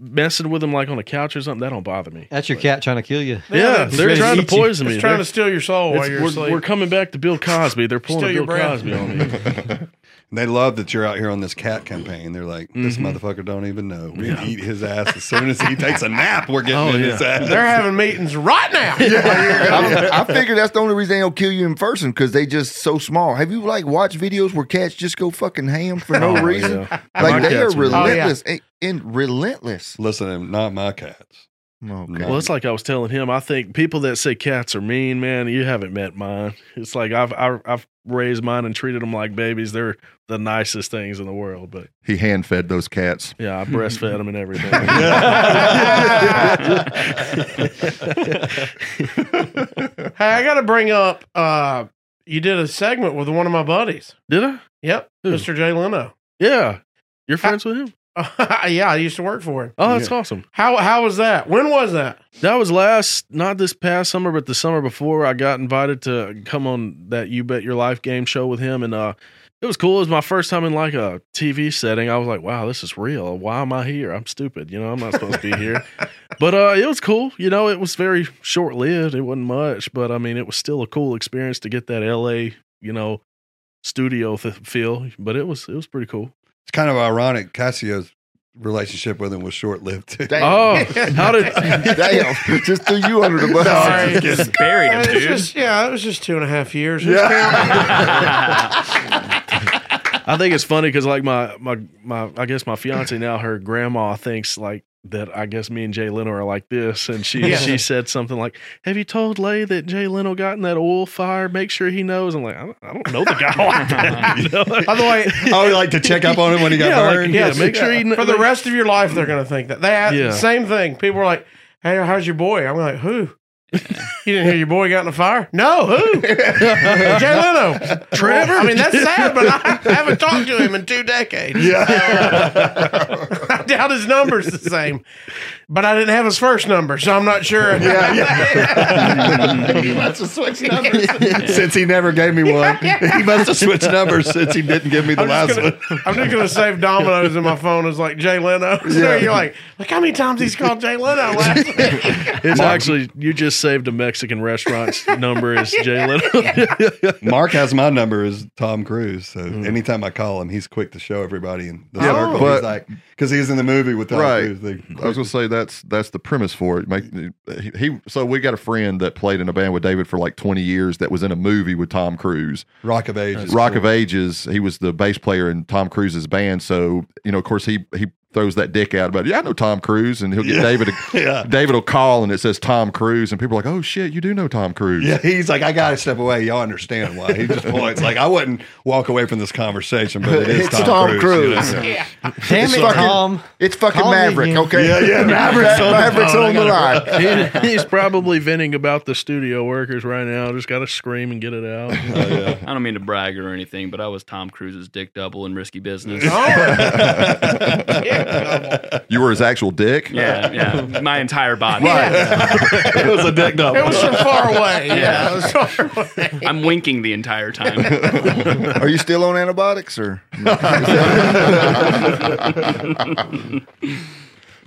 D: messing with them like on a couch or something. That don't bother me.
F: That's your cat trying to kill you.
D: Yeah, they're trying
F: trying to
D: to
F: eat you.
D: poison me.
B: It's trying
D: They're-
B: to steal your soul while
D: it's-
B: you're
D: we're,
B: asleep.
D: we're coming back to Bill Cosby. They're pulling
B: Steal
D: a
B: your
D: Bill
B: breath.
D: Cosby on me.
A: They love that you're out here on this cat campaign. They're like, this
D: Mm-hmm.
A: motherfucker don't even know. We eat his ass as soon as he takes a nap. We're getting
D: Oh,
A: in
D: yeah.
A: his ass.
B: They're having meetings right now.
H: I, I figure that's the only reason they don't kill you in person because they just so small. Have you like watched videos where cats just go fucking ham for no
D: Oh,
H: reason?
D: yeah.
H: Like
D: My
H: they are
D: cats would.
B: Oh, yeah.
H: relentless and, and relentless.
A: Listen, to him, not my cats.
H: Oh,
A: No.
H: God.
D: Well, it's like I was telling him. I think people that say cats are mean, man, you haven't met mine. It's like I've I've, I've raised mine and treated them like babies. They're the nicest things in the world. But
I: He hand fed those cats.
D: yeah, I breastfed them and everything.
B: Hey, I got to bring up. Uh, you did a segment with one of my buddies.
D: Did I?
B: Yep,
D: Who?
B: Mr. Jay Leno.
D: Yeah. You're friends with him?
B: yeah, I used to work for him.
D: Oh, that's awesome.
B: How how was that? When was that?
D: That was last, not this past summer, but the summer before. I got invited to come on that You Bet Your Life game show with him, and uh, it was cool. It was my first time in like a TV setting. I was like, "Wow, this is real. Why am I here? I'm stupid. You know, I'm not supposed to be here." but uh, it was cool. You know, it was very short lived. It wasn't much, but I mean, it was still a cool experience to get that LA, you know, studio th- feel. But it was it was pretty cool.
A: It's kind of ironic. Cassio's relationship with him was short lived too.
H: Damn.
D: Oh, how did?
B: Oh,
H: Damn. Just threw you under the bus.
B: Sorry.
G: You just buried him,
B: It was
G: dude.
B: just, yeah, it was just two and a half years. Yeah.
D: I think it's funny because like my my my I guess my fiance now her grandma thinks like that I guess me and Jay Leno are like this and she
B: Yeah.
D: she said something like have you told Lay that Jay Leno got in that oil fire make sure he knows I'm like I don't, I don't know the guy like that you know?
B: By the way,
A: I would Oh, like to check up on him when he got
D: yeah, like,
A: burned.
D: yeah
B: Yes.
D: make sure he kn-
B: for the rest of your life, they're going to think that. They ask,
D: Yeah.
B: same thing. People are like, "Hey, how's your boy?" I'm like, "Who?" you didn't hear your boy got in a fire? No, who? Jay Leno, Trevor. I mean, that's sad, but I haven't talked to him in two decades. I doubt his number's the same, but I didn't have his first number, so I'm not sure. Yeah,
H: He must have switched numbers.
A: since he never gave me one, he must have switched numbers since he didn't give me the
B: I'm
A: last
B: just, gonna,
A: one.
B: I'm just gonna save Domino's in my phone as like Jay Leno. So you're like, look how many times he's called Jay Leno last week.
D: it's actually you just saved a Mexican restaurant's number as Jay Leno
A: Mark has my number as Tom Cruise, so anytime I call him, he's quick to show everybody in the
I: Hmm. Yeah,
A: circle.
I: but-
A: he's like, because he's in the movie with Tom
I: Right.
A: Cruise. They,
I: I was gonna say that's that's the premise for it. Make he, he so we got a friend that played in a band with David for like twenty years that was in a movie with Tom Cruise.
A: Rock of Ages.
I: Rock of Ages, he was the bass player in Tom Cruise's band. So you know, of course, he he throws that dick out about yeah, I know Tom Cruise, and he'll get David. A, David will call and it says Tom Cruise, and people are like, oh shit, you do know Tom Cruise.
A: Yeah, he's like, I gotta step away. Y'all understand why? He just points like, I wouldn't walk away from this conversation, but it is
H: It's Tom Cruise.
A: You know?
F: Damn
H: It's
F: it,
H: fucking-
F: Tom.
H: It's fucking
F: Call me
H: Maverick,
F: again.
H: okay? Yeah, yeah. Maverick's, Maverick's on the line.
D: he's probably venting about the studio workers right now just gotta scream and get it out
G: I don't mean to brag or anything, but I was Tom Cruise's dick double in Risky Business.
I: You were his actual dick.
G: Yeah, yeah. My entire body.
A: it was a dick double.
B: It was from far away. Yeah,
G: Yeah.
B: it was far away.
G: I'm winking the entire time.
H: Are you still on antibiotics or?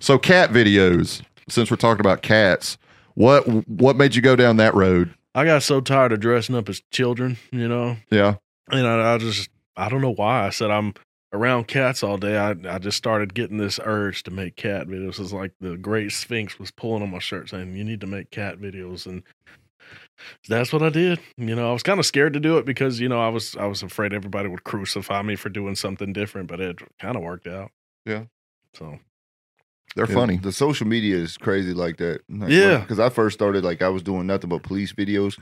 I: So cat videos. Since we're talking about cats, what what made you go down that road?
D: I got so tired of dressing up as children you know
I: Yeah,
D: and I, I just I don't know why I said I'm around cats all day. I I just started getting this urge to make cat videos. It's like the Great Sphinx was pulling on my shirt saying you need to make cat videos, and that's what I did. You know, I was kind of scared to do it because you know I was I was afraid everybody would crucify me for doing something different, but it kind of worked out.
I: Yeah.
D: So
I: they're
H: Yeah,
I: funny.
H: The social media is crazy like that.
D: Yeah.
H: Because I first started like I was doing nothing but police videos,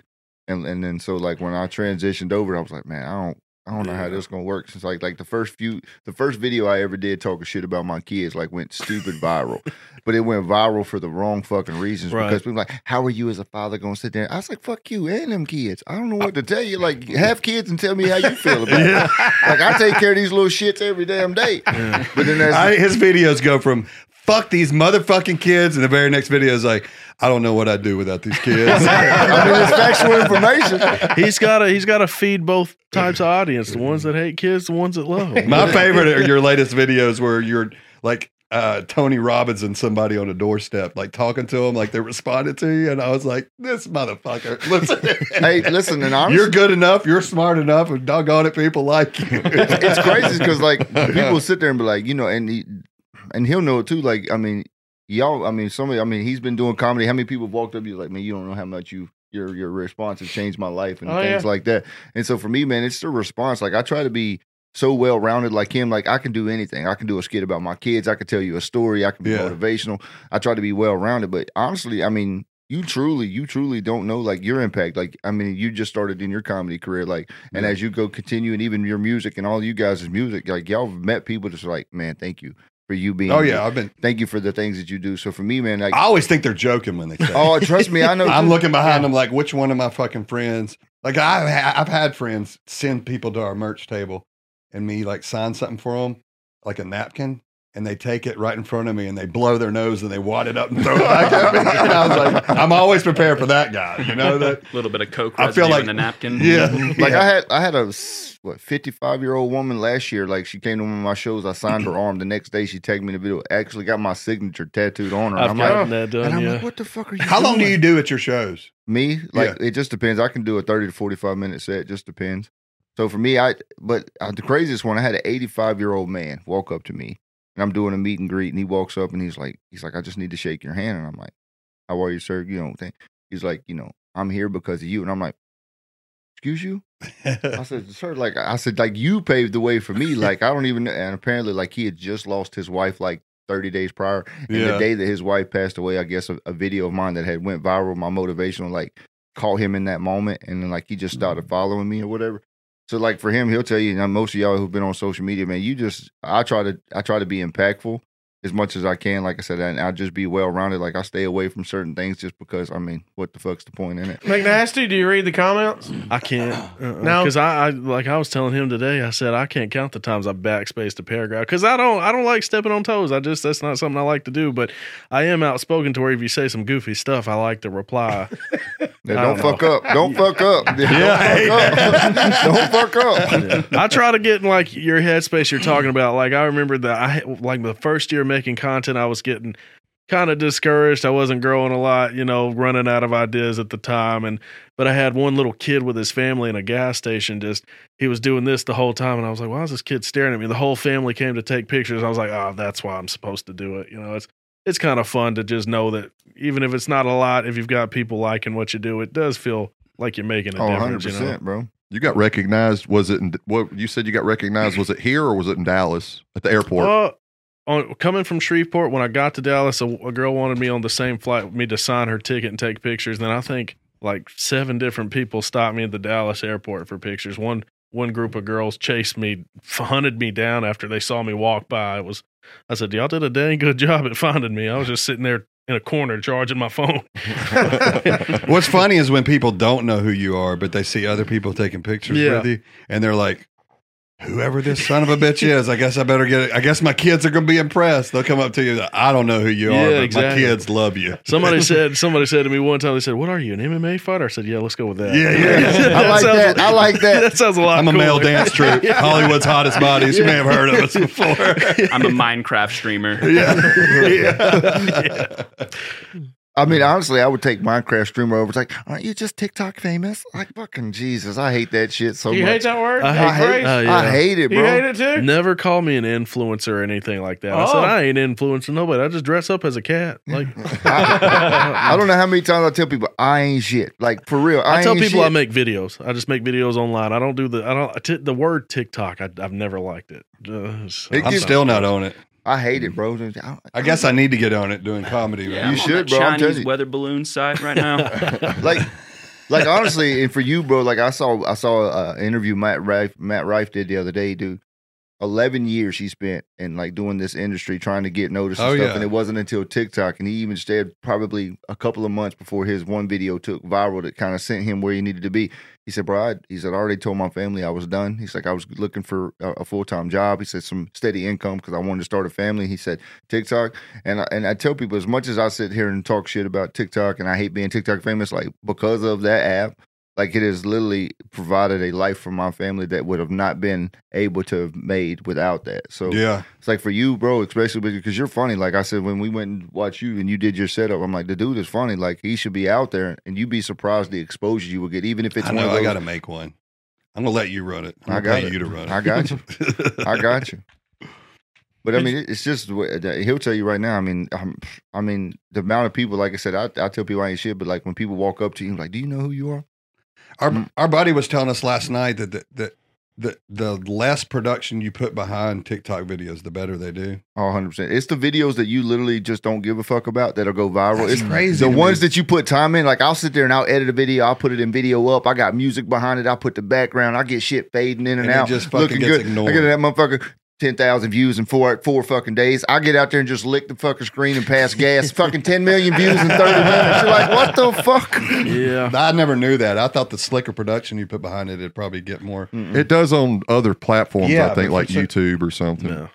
H: and and then so like when I transitioned over, I was like, man, I don't. I don't know how
D: Yeah.
H: this gonna work since like like the first few the first video I ever did talking shit about my kids like went stupid viral, but it went viral for the wrong fucking reasons
D: Right.
H: because people like how are you as a father gonna sit there? I was like fuck you and them kids. I don't know what to tell you. Like have kids and tell me how you feel about it. Like I take care of these little shits every damn day. But then that's
A: I, his videos go from fuck these motherfucking kids, and the very next video is like, I don't know what I'd do without these kids.
H: I mean it's factual information.
D: he's got to he's got to feed both types of audience: the
H: Mm.
D: ones that hate kids, the ones that love. 'em.
A: My favorite are your latest videos where you're like uh, Tony Robbins and somebody on a doorstep, like talking to them, like they responded to you, and I was like, this motherfucker. Listen,
H: hey, listen, and honestly,
A: you're good enough, you're smart enough, and doggone it, people like you.
H: it's crazy because like people sit there and be like, you know, and he, and he'll know it too. Like, I mean, y'all, I mean, somebody, I mean, he's been doing comedy. How many people have walked up to you like, man, you don't know how much you your your response has changed my life and
B: Oh,
H: things like that. And so for me, man, it's the response. Like I try to be so well rounded like him. Like I can do anything. I can do a skit about my kids. I can tell you a story. I can be
A: Yeah.
H: motivational. I try to be well rounded. But honestly, I mean, you truly, you truly don't know like your impact. Like, I mean, you just started in your comedy career, like, and as you go continue, and even your music and all you guys' music, like, y'all have met people that's like, man, thank you for you being.
A: Oh
H: here.
A: yeah, I've been.
H: thank you for the things that you do. So for me, man, like,
A: I always think they're joking when they say. it.
H: oh, trust me, I know.
A: I'm
H: too.
A: looking behind them like, which one of my fucking friends? Like I've ha- I've had friends send people to our merch table, and me like sign something for them, like a napkin, and they take it right in front of me and they blow their nose and they wad it up and throw it back at me. And I was like, I'm always prepared for that guy. You know that?
G: A little bit of coke.
A: I feel
G: residue
A: like-
G: in a napkin.
A: Yeah.
H: Like
A: yeah.
H: I had, I had a s- what fifty five year old woman last year. Like she came to one of my shows. I signed her arm. The next day, she tagged me in the video. Actually, got my signature tattooed on her.
D: I've
H: I'm
D: gotten
H: like,
D: that
H: and
D: done.
H: I'm
D: Yeah.
H: like, what the fuck are you?
A: How long do
H: doing?
A: you do at your shows?
H: Me, like it just depends. I can do a thirty to forty five minute set. Just depends. So for me, I but uh, the craziest one, I had an eighty five year old man walk up to me, and I'm doing a meet and greet, and he walks up and he's like, he's like, I just need to shake your hand, and I'm like, How are you, sir? You know, thank. He's like, you know, I'm here because of you, and I'm like, Excuse you? I said, sir, like I said, like you paved the way for me. Like I don't even. And apparently, like he had just lost his wife like thirty days prior. And
A: Yeah.
H: the day that his wife passed away, I guess a, a video of mine that had went viral, my motivational, like caught him in that moment, and then like he just started following me or whatever. So like for him, he'll tell you. And most of y'all who've been on social media, man, you just I try to I try to be impactful as much as I can. Like I said, and I just be well rounded. Like I stay away from certain things just because I mean, what the fuck's the point in it?
B: McNasty, do you read the comments?
D: I can't. uh
B: No.
D: because I, I like I was telling him today. I said I can't count the times I backspaced a paragraph because I don't. I don't like stepping on toes. I just that's not something I like to do. But I am outspoken to where if you say some goofy stuff, I like to reply.
H: Now,
D: I
H: don't
D: don't know.
H: fuck up. Don't fuck up. Don't fuck up. don't fuck up.
D: I try to get in like your headspace you're talking about. Like I remember that I like the first year making content, I was getting kind of discouraged. I wasn't growing a lot, you know, running out of ideas at the time. And but I had one little kid with his family in a gas station. Just he was doing this the whole time, and I was like, why is this kid staring at me? The whole family came to take pictures. I was like, oh, that's why I'm supposed to do it. You know, it's it's kind of fun to just know that even if it's not a lot, if you've got people liking what you do, it does feel like you're making a
H: Oh,
D: difference.
H: 100%,
D: You know?
H: bro.
I: You got recognized. Was it in, what you said? You got recognized. Was it here or was it in Dallas at the airport?
D: Well, Uh, on, coming from Shreveport, when I got to Dallas, a, a girl wanted me on the same flight with me to sign her ticket and take pictures. Then I think like seven different people stopped me at the Dallas airport for pictures. One one group of girls chased me, hunted me down after they saw me walk by. It was I said, y'all did a dang good job at finding me. I was just sitting there in a corner charging my phone.
A: What's funny is when people don't know who you are, but they see other people taking pictures
D: Yeah.
A: with you, and they're like, "Whoever this son of a bitch is, I guess I better get it. I guess my kids are gonna be impressed. They'll come up to you. and, I don't know who you
D: Yeah,
A: are, but
D: exactly.
A: my kids love you."
D: Somebody said somebody said to me one time, they said, What are you, an MMA fighter? I said, Yeah, let's go with that.
A: Yeah, yeah.
D: That
H: I like
D: sounds-
H: that. I like that.
D: that sounds a lot
A: I'm a male
D: cooler.
A: dance troupe. Hollywood's hottest bodies. You may have heard of us before.
G: I'm a Minecraft streamer.
A: yeah.
H: I mean, honestly, I would take Minecraft streamer over. It's like, aren't you just TikTok famous? Like, fucking Jesus, I hate that shit so
B: you
H: much.
B: hate that word?
D: I
H: I
D: hate-
B: Grace?
H: hate,
D: Oh,
H: I
D: yeah.
H: hate it, bro.
B: you hate it too?
D: Never call me an influencer or anything like that. I
B: Oh.
D: said I ain't influencing nobody. I just dress up as a cat. Like
H: I, I don't know how many times I tell people I ain't shit. Like for real, I,
D: I tell
H: ain't
D: people
H: shit.
D: I make videos. I just make videos online. I don't do the I don't I t- the word TikTok. I, I've never liked it. Just-
H: It
D: I'm
A: I'm
H: gets-
D: sorry.
A: still not on it.
H: I hate it, bro. I,
A: I guess I need to get on it doing comedy.
G: Yeah,
A: right?
G: I'm
H: You
G: on
H: should,
G: that
H: bro. I'm telling
G: Chinese
H: you.
G: weather balloon side right now.
H: like like honestly and for you bro like i saw i saw an interview matt rife matt rife did the other day dude 11 years he spent in like doing this industry trying to get noticed and
A: Oh,
H: stuff
A: yeah.
H: and it wasn't until tiktok and he even stayed probably a couple of months before his one video took viral that kind of sent him where he needed to be he said bro I, he said i already told my family i was done he's like i was looking for a, a full-time job he said some steady income because i wanted to start a family he said tiktok and I, and I tell people as much as I sit here and talk shit about TikTok and I hate being TikTok famous, like because of that app, like it has literally provided a life for my family that would have not been able to have made without that. So
A: Yeah.
H: it's like for you, bro, especially because you're funny. Like I said, when we went and watched you and you did your setup, I'm like, the dude is funny. Like he should be out there, and you'd be surprised the exposure you would get, even if it's
A: I
H: one
A: know.
H: of those.
A: I got to make one. I'm going to let you run it. I'm
H: I
A: going to
H: got
A: pay
H: it.
A: you to run it.
H: I got you. I got you. But I mean, it- it's just the way- uh, that- he'll tell you right now. I mean, um, I mean, the amount of people, like I said, I, I tell people I ain't shit, but like when people walk up to you, like, do you know who you are?
A: Our our buddy was telling us last night that that, that the the less production you put behind TikTok videos, the better they do.
H: Oh, 100%. It's the videos that you literally just don't give a fuck about that'll go viral.
A: That's
H: it's
A: crazy
H: The
A: to
H: ones
A: me.
H: that you put time in, like I'll sit there and I'll edit a video, I'll put it in video up. I got music behind it, I'll put the background, I get shit fading in and,
A: And it
H: out.
A: just fucking
H: looking
A: gets
H: good.
A: ignored.
H: I get that motherfucker. 10,000 views in four four fucking days. I get out there and just lick the fucking screen and pass gas. fucking 10 million views in 30 minutes. You're like, what the fuck?
D: Yeah.
A: I never knew that. I thought the slicker production you put behind it, it'd probably get more.
H: Mm.
I: It does on other platforms,
A: Yeah,
I: I think,
A: but
I: like
A: for
I: YouTube or something.
D: No.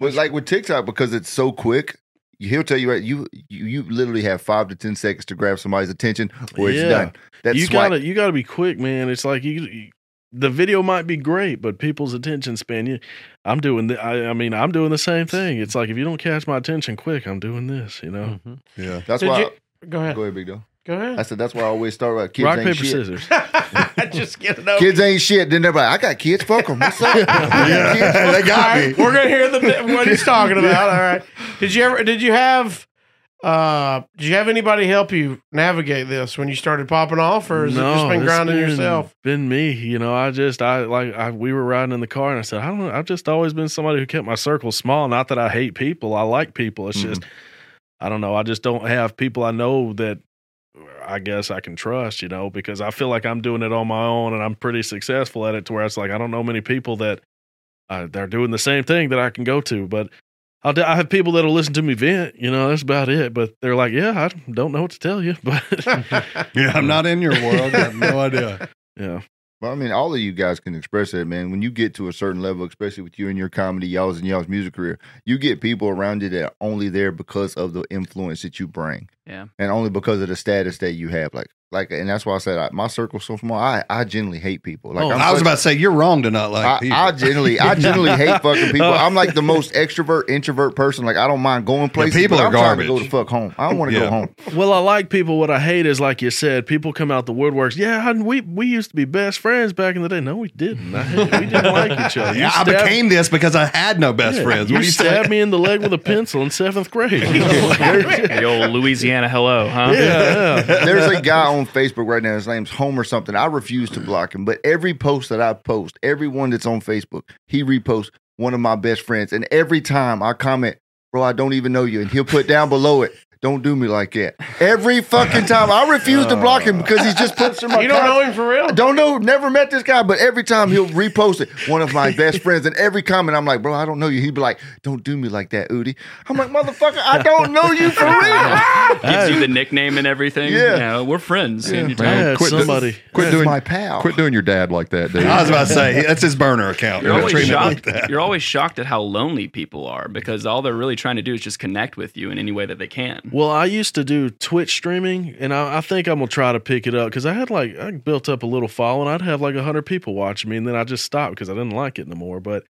H: But like with TikTok, because it's so quick, he'll tell you right. You you, you literally have five to ten seconds to grab somebody's attention, or
D: Yeah.
H: it's done. That's
D: you
H: swipe.
D: gotta you gotta be quick, man. It's like you, you- the video might be great, but people's attention span. You, I'm doing. The, I, I mean, I'm doing the same thing. It's like if you don't catch my attention quick, I'm doing this. You know,
F: Mhm.
A: Yeah.
H: That's
B: Did
H: why.
B: you- Go ahead.
H: go ahead, big dog.
B: Mm-hmm. Go
H: I
B: ahead.
H: said that's why I always start about kids
D: rock
H: ain't
D: paper
H: shit.
D: scissors.
B: Just get it over.
H: Kids ain't shit. Then they're like, I got kids. Fuck them. What's up? I got kids, fuck 'em.
A: they
B: All
A: got me.
B: right, we're gonna hear the bit- what he's talking about. All right. Did you ever? Did you have? Uh, did you have anybody help you navigate this when you started popping off, or has it just been
D: it's
B: grinding
D: been-
B: yourself?
D: Been me, you know. I just, I like, I we were riding in the car, and I said, I don't know. I've just always been somebody who kept my circle small. Not that I hate people, I like people. It's just, I don't know. I just don't have people I know that I guess I can trust, you know, because I feel like I'm doing it on my own, and I'm pretty successful at it. To where it's like I don't know many people that uh, they're doing the same thing that I can go to, but. I'll, d- I have people that'll listen to me vent, you know, that's about it. But they're like, yeah, I don't know what to tell you, but
A: Yeah, I'm not in your world. I have no idea.
D: yeah.
H: Well, I mean, all of you guys can express that, man. When you get to a certain level, especially with you and your comedy, y'all's and y'all's music career, you get people around you that are only there because of the influence that you bring.
G: Yeah.
H: And only because of the status that you have. Like, like, and that's why I said I, my circle's so small. I, I generally hate people. Like,
D: Oh,
H: I'm
A: I was
H: such-
A: about to say you're wrong to not like people.
H: I, I generally, I generally hate fucking people. I'm like the most extrovert, introvert person. Like, I don't mind going places.
A: people
H: but
A: are
H: I'm trying to
A: garbage.
H: go the fuck home. I don't want to
A: Yeah.
H: go home.
D: Well, I like people. What I hate is, like you said, people come out the woodworks. Yeah, I, we we used to be best friends back in the day. No, we didn't. I hate, we didn't like each other. You
A: Yeah, I
D: stabbed-
A: became this because I had no best
D: yeah,
A: friends.
D: You
A: What do you say?
D: stabbed me in the leg with a pencil in seventh grade. You know, like,
G: The old Louisiana hello, huh?
D: yeah, yeah.
H: There's a guy on Facebook right now. His name's Homer something. I refuse to block him, but every post that I post, everyone that's on Facebook, he reposts one of my best friends. And every time I comment, bro, I don't even know you, and he'll put down below it. Don't do me like that. Every fucking time I refuse to block him because he just puts in my.
B: You don't
H: comments.
B: know him for real.
H: I don't know, never met this guy, but every time he'll repost it, one of my best friends, and every comment I'm like, bro, I don't know you. He'd be like, don't do me like that, Udi. I'm like, motherfucker, I don't know you for real.
G: Gives you the nickname and everything.
H: Yeah.
G: You know, we're friends. And you
D: I
G: talk-
D: had
I: quit the-
D: somebody.
I: Quit
H: That's
I: doing
H: my pal.
I: Quit doing your dad like that, dude.
A: I was about to say that's his burner account.
G: You're always,
A: Treat me like
G: shocked,
A: that.
G: you're always shocked at how lonely people are because all they're really trying to do is just connect with you in any way that they can.
D: Well, I used to do Twitch streaming, and I, I think I'm gonna try to pick it up because I had like I built up a little following. I'd have like hundred people watching me, and then I just stopped because I didn't like it no more. But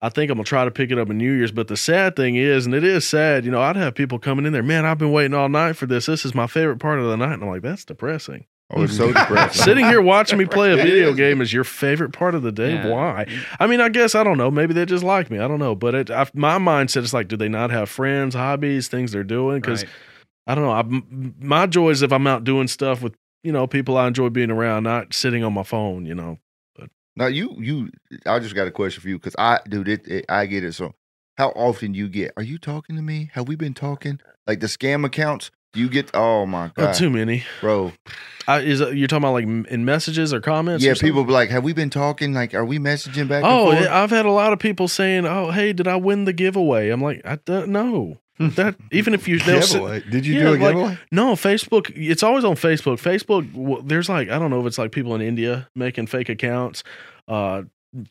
D: I think I'm gonna try to pick it up in New Year's. But the sad thing is, and it is sad, you know, I'd have people coming in there, man, I've been waiting all night for this. This is my favorite part of the night, and I'm like, that's depressing.
H: Oh, it's so depressing.
D: Sitting here watching me play a video game is your favorite part of the day.
G: Yeah.
D: Why? I mean, I guess I don't know. Maybe they just like me. I don't know. But it, I, my mindset is like, do they not have friends, hobbies, things they're doing? Because
G: Right.
D: I don't know. I, m- my joy is if I'm out doing stuff with you know people I enjoy being around, not sitting on my phone. You know.
H: Now you you I just got a question for you because I dude it, it- I get it so how often you get are you talking to me have we been talking like the scam accounts do you get oh my
D: Not
H: god
D: too many.
H: bro
D: I, is you're talking about like m- in messages or comments?
H: yeah
D: or something?
H: people be like have we been talking like are we messaging back
D: Oh,
H: and forth?
D: yeah, I've had a lot of people saying, "Oh, hey, did I win the giveaway?" I'm like, I don't know. That even if you they'll s-
A: Giveaway? Did you
D: Yeah,
A: do a
D: like-
A: giveaway?
D: No, Facebook. It's always on Facebook. Facebook. w- There's like I don't know if it's like people in India making fake accounts, uh,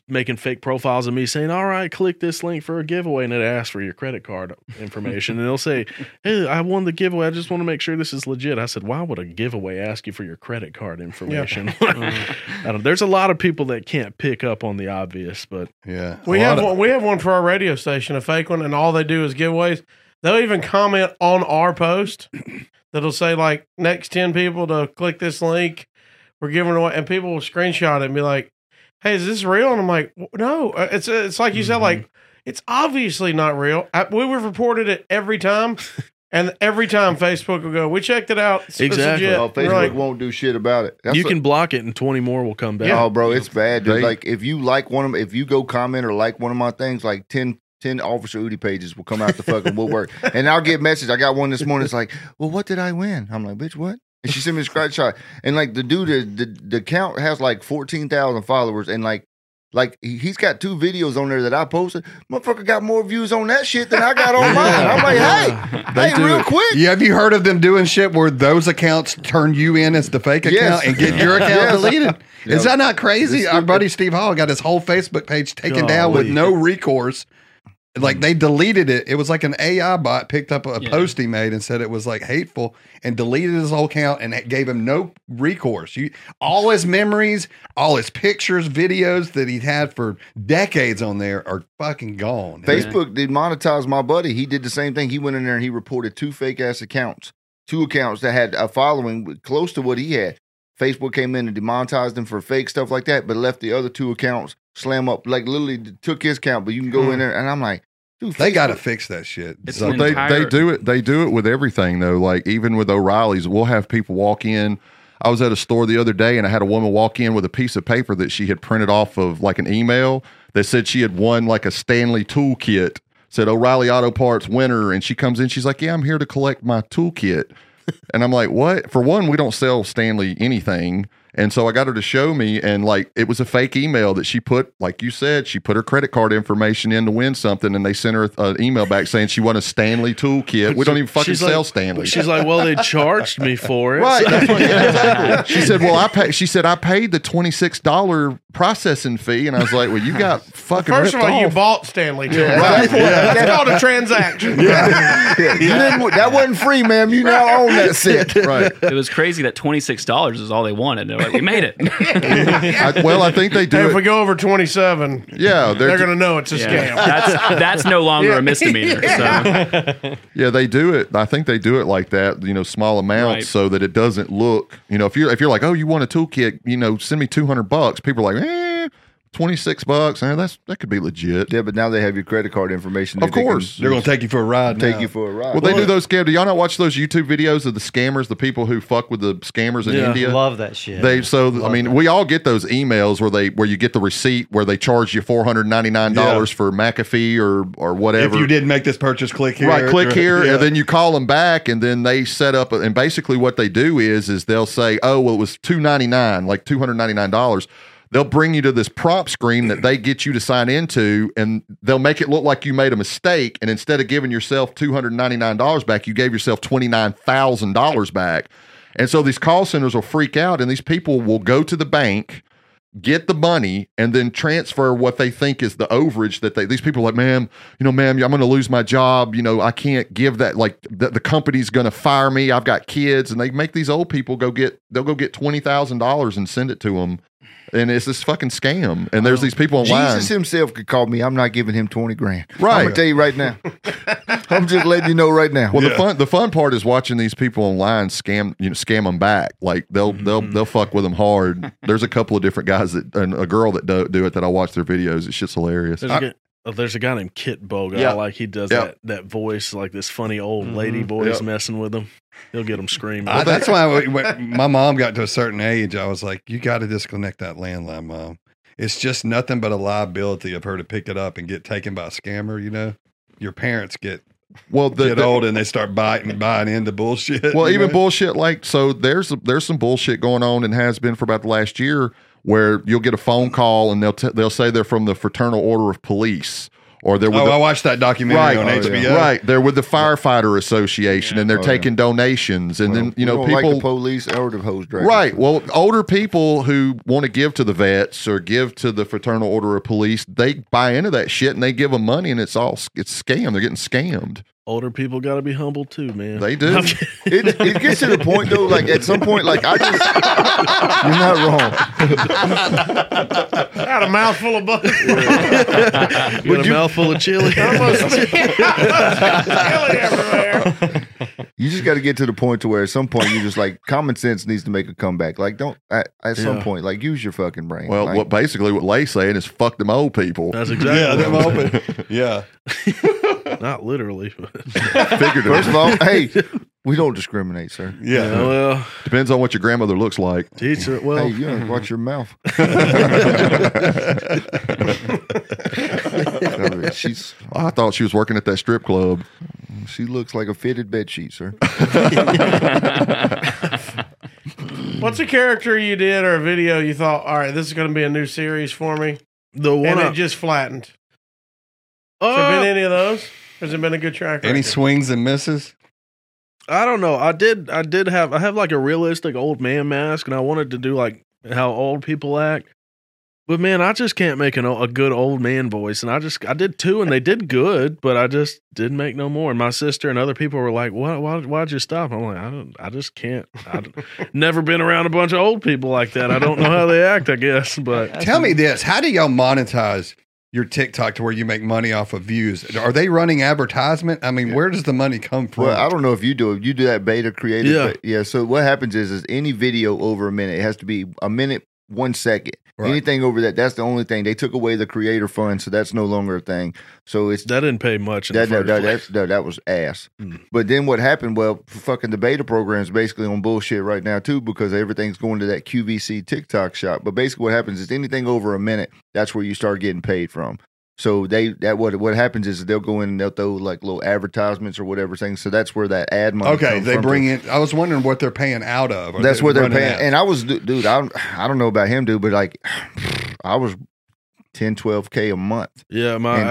D: making fake profiles of me saying, "All right, click this link for a giveaway," and it asks for your credit card information, and they'll say, "Hey, I won the giveaway. I just want to make sure this is legit." I said, "Why would a giveaway ask you for your credit card information?"
A: Uh-huh.
D: I don't. There's a lot of people that can't pick up on the obvious, but
A: yeah,
B: We
A: A lot
B: have
A: of-
B: one, we have one for our radio station, a fake one, and all they do is giveaways. They'll even comment on our post that'll say like next ten people to click this link. We're giving away, and people will screenshot it and be like, "Hey, is this real?" And I'm like, "W- "No, Uh, it's it's like you said, like it's obviously not real." I, we have reported it every time. And every time Facebook will go, we checked it out. It's- it's
D: Exactly.
B: legit."
H: Well,
B: We're
H: Uh, Facebook
B: like,
H: won't do shit about it. That's
D: you
H: what-
D: can block it, and twenty more will come back.
H: Oh, bro, it's bad. Dude.
I: They-
H: like, if you like one of, if you go comment or like one of my things, like 10, 10 Officer Udi pages will come out the fucking woodwork, and I'll get messages. I got one this morning. It's like, well, what did I win? I'm like, bitch, what? And she sent me a screenshot, and like the dude, is- the the count has like fourteen thousand followers, and like. Like he- he's got two videos on there that I posted. Motherfucker got more views on that shit than I got on mine. I'm like, hey,
I: They
H: hey,
I: do
H: real
I: it.
H: quick.
A: Yeah, have you heard of them doing shit where those accounts turn you in as the fake
H: Yes.
A: account and get your account
H: Yes.
A: deleted? Is
H: Yeah.
A: that not crazy?
H: It's
A: Our buddy Steve Hall got his whole Facebook page taken down with
D: Golly.
A: no recourse. Like they deleted it. It was like an AI bot picked up a
G: Yeah.
A: post he made and said it was like hateful and deleted his whole account and it gave him no recourse. You all his memories, all his pictures, videos that he'd had for decades on there are fucking gone.
H: Facebook did monetize my buddy. He did the same thing. He went in there and he reported two fake ass accounts, two accounts that had a following close to what he had. Facebook came in and demonetized him for fake stuff like that, but left the other two accounts slam up. Like literally took his account, but you can go
I: Hmm.
H: in there and I'm like, dude,
A: They got to
H: Facebook-
A: fix that shit.
G: It's
A: So-
G: an
I: they
G: entire-
I: they do it they do it with everything though like even with o'reilly's we'll have people walk in i was at a store the other day and i had a woman walk in with a piece of paper that she had printed off of like an email that said she had won like a stanley toolkit said o'reilly auto parts winner and she comes in she's like yeah i'm here to collect my toolkit and i'm like what for one we don't sell stanley anything and so I got her to show me, and like it was a fake email that she put, like you said, she put her credit card information in to win something, and they sent her an email back saying she won a Stanley toolkit. We don't even fucking
D: She's like-
I: sell Stanley.
D: She's like, well, they charged me for it.
I: right? that's what- yeah, exactly. She said, "Well, I pay, She said I paid the twenty six dollar processing fee," and I was like, "Well, you got fucking
B: First of
I: ripped
B: all, you
I: off."
B: bought Stanley. Too. That's,
H: Right.
B: that's called a transaction.
H: You didn't, that wasn't free, ma'am. You now own that set.
I: right."
G: It was crazy that twenty six dollars is all they wanted. They're like, we made it.
I: I, well, I think they do.
B: Hey,
I: it-
B: if we go over 27,
I: yeah,
B: they're going to know it's a
G: Yeah.
B: scam.
G: That's that's no longer a misdemeanor. So
I: Yeah, they do it. I think they do it like that, you know, small amounts
G: Right.
I: so that it doesn't look, you know, if you're if you're like, "Oh, you want a toolkit, you know, send me 200 bucks." People are like, "Eh, 26 bucks. Eh, that's that could be legit."
H: Yeah, but now they have your credit card information.
I: Of
H: that they can
I: course.
A: They're going to take you for a ride.
H: Take
A: now.
H: you for a ride.
I: Well, they do those scam. Do y'all not watch those YouTube videos of the scammers, the people who fuck with the scammers in
D: Yeah.
I: India?
F: Love that shit.
I: They so I
F: Love
I: mean
F: that.
I: we all get those emails where they where you get the receipt where they charge you four hundred ninety nine dollars for McAfee or or whatever.
A: If you did make this purchase, click here.
I: Right, click here,
A: Yeah.
I: and then you call them back, and then they set up. And basically, what they do is, is they'll say, "Oh, well, it was two ninety nine, like two hundred ninety nine dollars." They'll bring you to this prompt screen that they get you to sign into, and they'll make it look like you made a mistake. And instead of giving yourself two hundred ninety nine dollars back, you gave yourself twenty nine thousand dollars back. And so these call centers will freak out, and these people will go to the bank get the money and then transfer what they think is the overage that they these people are like ma'am you know ma'am i'm going to lose my job you know i can't give that like the, the company's going to fire me i've got kids and they make these old people go get they'll go get $20000 and send it to them and it's this fucking scam and there's these people online
H: Jesus himself could call me. I'm not giving him 20 grand. I'm going
I: Right.
H: to tell you right now. I'm just letting you know right now.
I: well the fun the fun part is watching these people online scam you know scam them back like they'll
D: Mm-hmm.
I: they'll they'll fuck with them hard there's a couple of different guys that and a girl that do, do it that i watch their videos it's shit's hilarious
D: There's, a guy, oh, there's a guy named Kit Boga.
I: Yeah.
D: I like he does
I: Yeah.
D: that that voice, like this funny old
B: Mm-hmm.
D: lady voice messing with him. He'll get him screaming.
A: I, that's why I- when my mom got to a certain age, I was like, you got to disconnect that landline, mom. It's just nothing but a liability of her to pick it up and get taken by a scammer. You know, your parents get
I: well the,
A: get
I: the-
A: old and they start biting buying into bullshit.
I: Well,
A: you
I: even
A: know?
I: bullshit like so. There's there's some bullshit going on and has been for about the last year where you'll get a phone call and they'll t- they'll say they're from the Fraternal Order of Police or they're with
A: oh,
I: the,
A: I watched that documentary
I: right
A: on
H: Oh, yeah.
A: HBO.
I: right they're with the firefighter association and they're
H: Oh, yeah.
I: taking donations and then
H: Well,
I: you
H: we
I: know
H: don't like
I: people
H: the police or the hose drivers.
I: Right. Well, older people who want to give to the vets or give to the fraternal order of police, they buy into that shit and they give them money, and it's all it's scam. They're getting scammed.
D: Older people got to be humble too, man.
I: They do.
D: I'm kidding.
H: It, it gets to the point though, like at some point, like I just you're not wrong.
B: Got a mouthful of bugs.
D: You got a mouthful of chili.
B: Almost chili everywhere.
H: You just got to get to the point to where at some point you just like common sense needs to make a comeback. Like don't at, at some
D: Yeah.
H: point like use your fucking brain.
I: Well,
H: like,
I: what basically what Lay's saying is fuck them old people.
D: That's
A: Yeah,
D: exactly.
A: them
D: what I'm
A: open. Yeah.
D: Not literally.
I: First of all, hey, we don't discriminate, sir.
A: Yeah.
D: oh, well,
H: Depends on what your grandmother looks like.
D: teacher. Well,
I: Hey, you gotta watch your mouth. I mean, She's
H: I thought she was working at that strip club.
I: she looks like a fitted bed sheet, sir.
B: What's a character you did or a video you thought, all right, this is going to be a new series for me,
D: the one.
B: and
D: I,
B: it just flattened? Has
D: Uh,
B: there been any of those? Or has it been a good track record?
A: Any swings and misses?
D: I don't know. I did. I did have. I have like a realistic old man mask, and I wanted to do like how old people act. But man, I just can't make an, o- a good old man voice, and I just I did two, and they did good, but I just didn't make no more. And my sister and other people were like, "Why? Why? Why'd you stop?" I'm like, "I don't. I just can't. I don't- never been around a bunch of old people like that. I don't know how they act. I guess, but
A: Tell me this: How do y'all monetize your TikTok to where you make money off of views? Are they running advertisement? I mean, where does the money come from?
I: Well, I don't know if you do it. You do that beta creative.
D: Yeah.
I: but- yeah. So what happens is, is any video over a minute, it has to be a minute, one second.
A: Right.
I: Anything over that, that's the only thing. They took away the creator fund, so that's no longer a thing. So it's
D: that didn't pay much. In
I: that,
D: the
I: no,
D: first
I: no,
D: place.
I: that, no, that was ass.
D: Mm.
I: But then what happened? Well, fucking the beta program is basically on bullshit right now too, because everything's going to that QVC TikTok shop. But basically, what happens is anything over a minute, that's where you start getting paid from. So they that what what happens is they'll go in and they'll throw like little advertisements or whatever things. So that's where that ad money.
A: okay,
I: come
A: they
I: from
A: bring in. I was wondering what they're paying out of. Are
I: that's
A: they
I: what they're
A: running
I: paying.
A: ads?
I: And I was, du- dude, I don't, I don't know about him, dude, but like, I was 10, 12 k a month.
D: Yeah, my
I: And-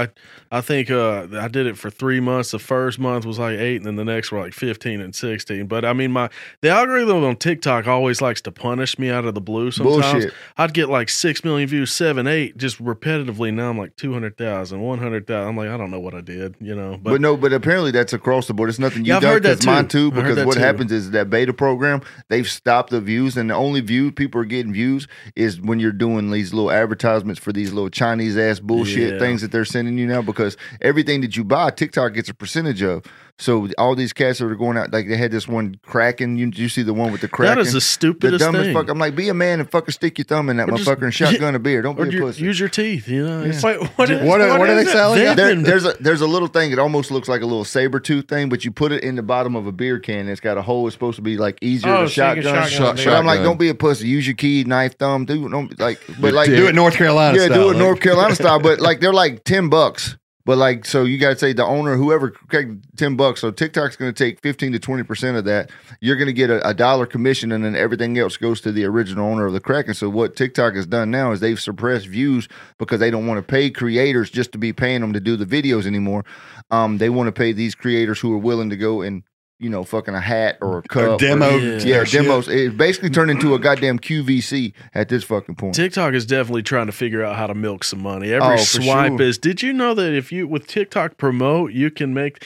D: I, I think uh, I did it for three months. The first month was like eight, and then the next were like fifteen and sixteen. But I mean, my the algorithm on TikTok always likes to punish me out of the blue. Sometimes
I: Bullshit.
D: I'd get like six million views, seven, eight, just repetitively. Now I'm like 200,000, 100,000. I'm like, I don't know what I did, you know.
I: But, no, but apparently that's across the board. It's nothing you
D: Yeah, I've
I: done
D: heard that
I: 'cause mine
D: too.
I: too.
D: I heard
I: Because
D: that
I: what
D: too.
I: happens is that beta program they've stopped the views, and the only view people are getting views is when you're doing these little advertisements for these little Chinese ass bullshit
D: Yeah.
I: things that they're sending you now. Because everything that you buy, TikTok gets a percentage of. So all these cats that are going out, like they had this one Kraken. You, you see the one with the Kraken?
D: that is the
I: the
D: stupidest
I: dumbest
D: thing.
I: fuck. I'm like, be a man and fucking stick your thumb in that
D: Or just-
I: motherfucker and shotgun a beer. Don't
D: or
I: be a
D: ju-
I: pussy. Oh,
D: use your teeth, you know. It's
B: Wait, what is,
A: What are- what are
B: is
A: they
B: it?
A: selling?
D: They-
A: out?
I: There-
D: Vaping.
I: there's a there's a little thing. It almost looks like a little saber tooth thing, but you put it in the bottom of a beer can. And it's got a hole. It's supposed to be like easier
B: Oh,
I: to
B: so you can
I: shotgun.
B: shotgun
H: a
I: But
H: beer.
I: I'm like,
H: Shotgun.
I: don't be a pussy. Use your key, knife, thumb. Do don't like, but like,
A: do it North Carolina.
I: yeah,
A: style,
I: do it
A: like-
I: North Carolina style. But like, they're like ten bucks. But like, so you got to say the owner, whoever, okay, ten bucks. So TikTok's going to take fifteen to twenty percent of that. You're going to get a, a dollar commission, and then everything else goes to the original owner of the Kraken. So what TikTok has done now is they've suppressed views because they don't want to pay creators just to be paying them to do the videos anymore. Um, they want to pay these creators who are willing to go and you know, fucking a hat or a cup,
A: Or
I: or-
A: demo.
D: Yeah.
I: yeah,
A: their shit.
I: demos. It basically turned into a goddamn QVC at this fucking point.
D: TikTok is definitely trying to figure out how to milk some money. Every
I: Oh, for
D: swipe
I: sure.
D: is. Did you know that if you with TikTok promote, you can make.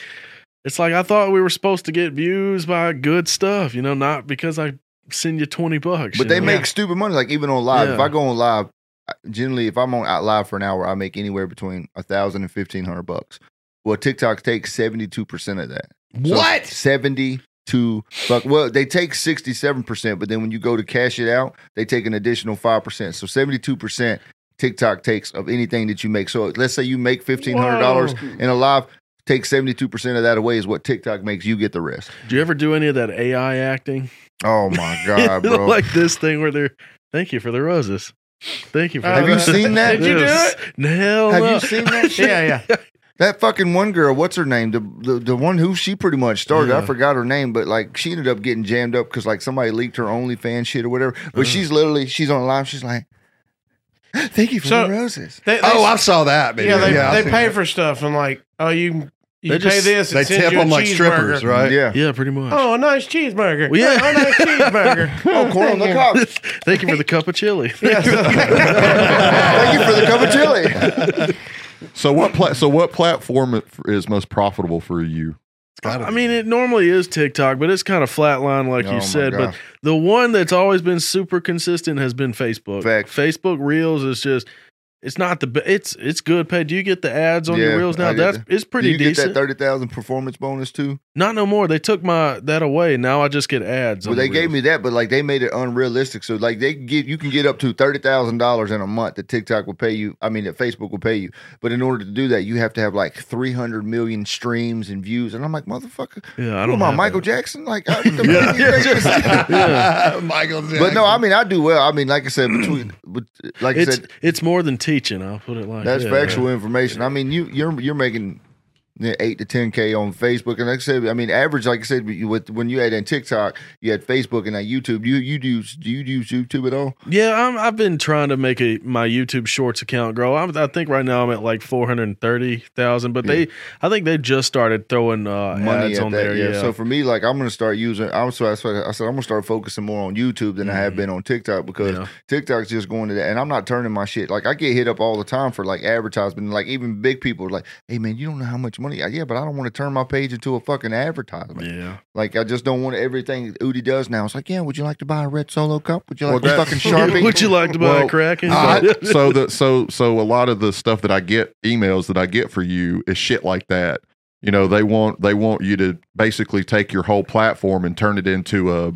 D: It's like I thought we were supposed to get views by good stuff, you know, not because I send you twenty bucks. you
I: But they
D: know?
I: make stupid money. Like even on live, if
D: Yeah.
I: I go on live, I- generally if I'm on out live for an hour, I make anywhere between a thousand and fifteen hundred bucks. Well, TikTok takes seventy two percent of that.
A: What?
I: Seventy two buck. Well, they take sixty seven percent, but then when you go to cash it out, they take an additional five percent. So seventy two percent TikTok takes of anything that you make. So let's say you make fifteen hundred dollars in a live. Take seventy two percent of that away is what TikTok makes. You get the rest.
D: Do you ever do any of that AI acting?
I: Oh my god, bro!
D: like this thing where they're, thank you for the roses. Thank you for.
B: Have
D: the
B: you
D: roses."
I: seen that?
B: Did you do
D: Yes. Hell
I: Have
D: no.
I: you seen that shit?
B: Yeah, yeah.
I: That fucking one girl, what's her name? The the, the one who she pretty much started.
D: Yeah.
I: I forgot her name, but like she ended up getting jammed up because like somebody leaked her OnlyFans shit or whatever. But she's literally she's on live. She's like, "Thank you for
B: So-
I: the roses."
B: They, they,
A: Oh, I saw that. video.
B: yeah, they,
A: I
B: they
A: seen
B: pay
A: that.
B: for stuff and like, oh, you you pay
D: They just-
B: this.
A: They
B: it sends
A: tip
B: you a
A: them like
B: cheeseburger.
A: strippers, right?
I: Yeah.
D: Yeah, pretty much.
B: Oh, a nice cheeseburger.
D: Well, yeah.
B: Oh, a nice cheeseburger.
I: Oh, corn on the cob.
D: thank you for the cup of chili.
I: Thank you for the cup of chili.
H: So what? Pla- so what platform is most profitable for you?
A: Gotta
D: I
A: be.
D: mean, it normally is TikTok, but it's kind of flatline, like
I: Oh,
D: you
I: my
D: said. But
I: gosh.
D: the one that's always been super consistent has been Facebook.
I: Fact.
D: Facebook Reels is just It's not the be- it's it's good pay. Do you get the ads on
H: Yeah,
D: your reels
H: I
D: now?
H: get
D: That's it's
H: Do
D: pretty
H: you
D: decent.
H: get that thirty thousand performance bonus too?
D: Not no more. They took my that away. Now I just get ads.
H: Well,
D: on the
H: they gave
D: reels.
H: me that, but like they made it unrealistic. So like they can get you can get up to thirty thousand dollars in a month that TikTok will pay you. I mean that Facebook will pay you. But in order to do that, you have to have like three hundred million streams and views. And I'm like, motherfucker,
D: Yeah, I
H: who
D: don't
H: am
D: know.
H: I, Michael Jackson? Like, I, what the fuck you think this is?
A: Oh, Michael Jackson.
H: but no, I mean I do well. I mean, like I said, between but, like I
D: It's
H: said,
D: it's more than teaching. I'll put it like
H: that's
D: that.
H: factual information. I mean, you you're you're making yeah, eight to ten k on Facebook, and like I said, I mean, average. Like I said, you- with when you had in TikTok, you had Facebook and now YouTube. You you do do you use YouTube at all?
D: Yeah, I'm, I've been trying to make a my YouTube Shorts account grow. I'm, I think right now I'm at like four hundred thirty thousand, but they I think they just started throwing uh,
H: Money
D: ads
H: at
D: on
H: that,
D: there.
H: yeah.
D: Yeah,
H: So for me, like I'm gonna start using. I was so I said I said I'm gonna start focusing more on YouTube than I have been on TikTok because
D: Mm. Yeah.
H: TikTok's just going to that, and I'm not turning my shit. Like I get hit up all the time for like advertisement. Like even big people are like, "Hey man, you don't know how much money." I, yeah, but I don't want to turn my page into a fucking advertisement.
D: yeah.
H: Like I just don't want everything Udi does now. It's like, yeah, would you like to buy a red solo cup? Would you like
I: Well,
H: a
I: that-
H: fucking sharpie?
D: Would you like to buy
I: Well,
D: a Kraken?
I: so, Uh, so the so so a lot of the stuff that I get emails that I get for you is shit like that. You know, they want they want you to basically take your whole platform and turn it into a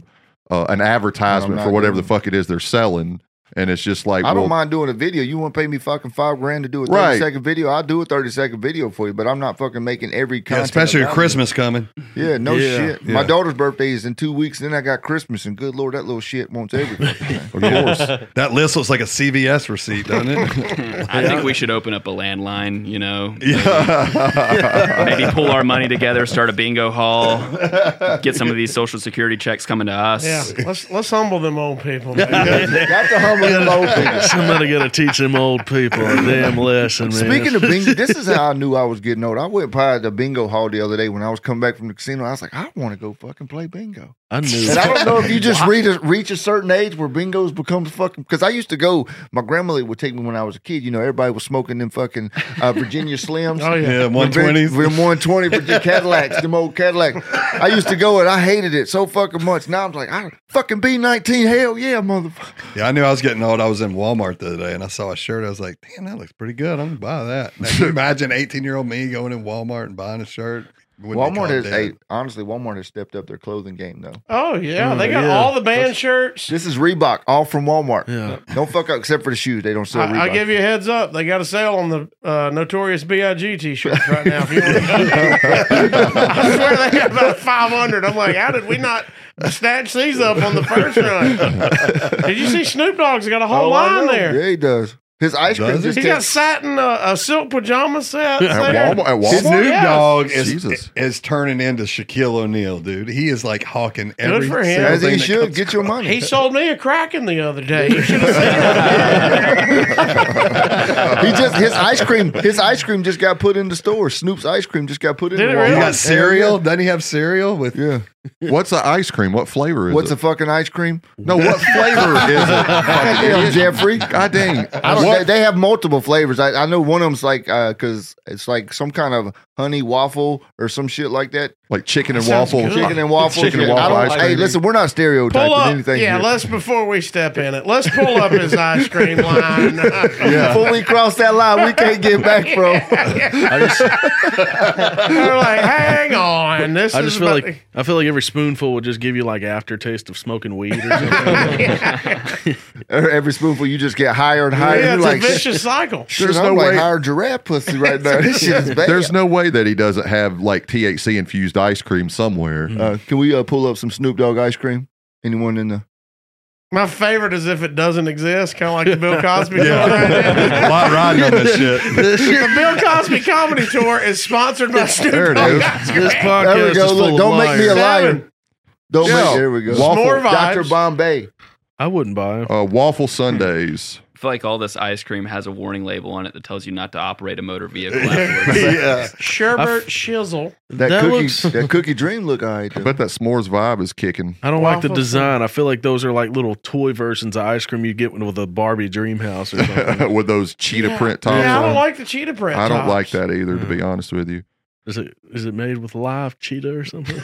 I: uh, an advertisement
H: not
I: for whatever the
H: doing
I: fuck it is they're selling, and it's just like
H: I don't
I: well,
H: mind doing a video. You want to pay me fucking five grand to do a thirty second
I: Right.
H: video? I'll do a thirty second video for you, but I'm not fucking making every
A: Yeah,
H: content.
A: especially with
H: about
A: Christmas coming.
H: it. Yeah, no
D: Yeah.
H: shit.
A: Yeah.
H: My daughter's birthday is in two weeks, and then I got Christmas, and good lord, that little shit wants everything.
I: Of course,
A: That list looks like a CVS receipt, doesn't it?
G: I think we should open up a landline, you know.
I: yeah.
G: Maybe pull our money together, start a bingo hall, get some of these social security checks coming to us.
B: Yeah, let's let's humble them old people. man.
H: That's a humble low thing.
D: Somebody got to teach them old people a damn lesson. Man.
H: Speaking of bingo, this is how I knew I was getting old. I went by the bingo hall the other day when I was coming back from the casino. I was like, I want to go fucking play bingo.
D: I knew
H: And I don't know if you just read a, reach a certain age where bingos becomes fucking. Because I used to go, my grandmother would take me when I was a kid. You know, everybody was smoking them fucking uh, Virginia Slims.
B: Oh yeah.
A: yeah, one twenties.
H: We're 120 Virginia Cadillacs, them old Cadillac. I used to go and I hated it so fucking much. Now I'm like, I fucking B19, hell yeah, motherfucker.
A: Yeah, I knew I was getting old. I was in Walmart the other day and I saw a shirt. I was like, damn, that looks pretty good. I'm gonna buy that. Now, can you imagine 18 year old me going in Walmart and buying a shirt? Wouldn't be
H: Walmart has,
A: called
H: hey,
A: dead.
H: honestly, Walmart has stepped up their clothing game though.
B: Oh yeah. They
D: Oh,
B: got
D: yeah.
B: all the band shirts.
H: This is Reebok, all from Walmart.
D: Yeah.
H: Don't fuck up except for the shoes. They don't sell Reebok.
B: I, will give you a heads up. They got a sale on the uh, Notorious B.I.G. t-shirts right now. If you want I swear they got about 500. I'm like, how did we not snatch these up on the first run? did you see Snoop Dogg's got a whole
H: Oh, I
B: line
H: know.
B: there?
H: Yeah, he does. His ice cream
A: Does
H: just
B: He
H: tastes-
B: got satin, uh, a silk pajama set. there.
I: At Walmart, at
A: Snoop
I: Walmart?
B: Yes.
A: Dogg is,
I: Jesus.
A: is turning into Shaquille O'Neal, dude. He is like hawking every
B: for him.
A: single
H: As
A: thing
H: he
A: that
H: should
A: comes-
H: get your money.
B: He sold me a Kraken the other day. You should have seen it.
I: Uh,
H: he just his ice cream. His ice cream just got put in the store. Snoop's ice cream just got put in.
B: Did
H: the
B: it
H: Walmart.
B: really?
A: He
B: Yeah.
A: got cereal. Doesn't he have cereal with?
H: Yeah.
I: What's the ice cream? What flavor is
H: What's a
I: it?
H: fucking ice cream?
I: no, what flavor is it?
H: Goddamn, Jeffrey.
I: God dang!
H: I don't,
I: What-
H: they, they have multiple flavors. I, I know one of them's like uh 'cause cause it's like some kind of honey waffle or some shit like that.
I: like chicken and
B: Sounds
I: waffle.
B: good.
H: Chicken and waffle.
I: Chicken and
H: shit. I
I: waffle
H: don't-
I: ice
H: Hey,
I: cream.
H: listen, we're not stereotyping
B: Pull up.
H: anything.
B: Yeah,
H: here.
B: let's before we step in it, let's pull up his ice cream line.
H: Before we cross that line, we can't get back from.
D: I just,
B: They're like, hang on. This
D: I
B: is
D: just feel
B: about-
D: like I feel like every spoonful would just give you like aftertaste of smoking weed or something.
H: Every spoonful, you just get higher and higher.
B: yeah,
H: You're
B: it's
H: like,
B: a vicious cycle.
H: Shit,
I: There's
H: I'm
I: no
H: like
I: way-
H: higher giraffe pussy right now. This shit is bad.
I: There's no way that he doesn't have like THC infused ice cream somewhere.
B: Mm.
H: Uh, can we uh, pull up some Snoop Dogg ice cream? Anyone in the?
B: My favorite is if it doesn't exist, kind of like the Bill Cosby. tour.
A: Yeah, a lot riding on this shit.
B: the Bill Cosby comedy tour is sponsored by Snoop
H: There it
B: Dogg.
H: is.
D: this podcast
H: There we go.
D: is full
H: Look,
D: of
H: don't make me a
D: liars.
H: liar.
B: Seven.
H: Don't
I: Yeah.
H: make. There we go.
I: Waffle.
B: S'more vibes.
H: Doctor Bombay.
D: I wouldn't buy it.
I: Uh, waffle Sundays.
G: I feel like all this ice cream has a warning label on it that tells you not to operate a motor vehicle afterwards.
A: yeah,
B: Sherbert Shizzle.
H: That,
D: That
H: cookie.
D: looks-
H: that cookie dream look. All right.
I: I
H: though.
I: bet that s'mores vibe is kicking.
D: I don't like the
B: Waffle
D: design. I feel like those are like little toy versions of ice cream you get with a Barbie dream house or something.
I: With those cheetah print tops
B: Yeah, I
I: on.
B: don't like the cheetah print.
I: I don't
B: tops.
I: like that either, to be
H: Mm.
I: honest with you.
D: is it is it made with live cheetah or something?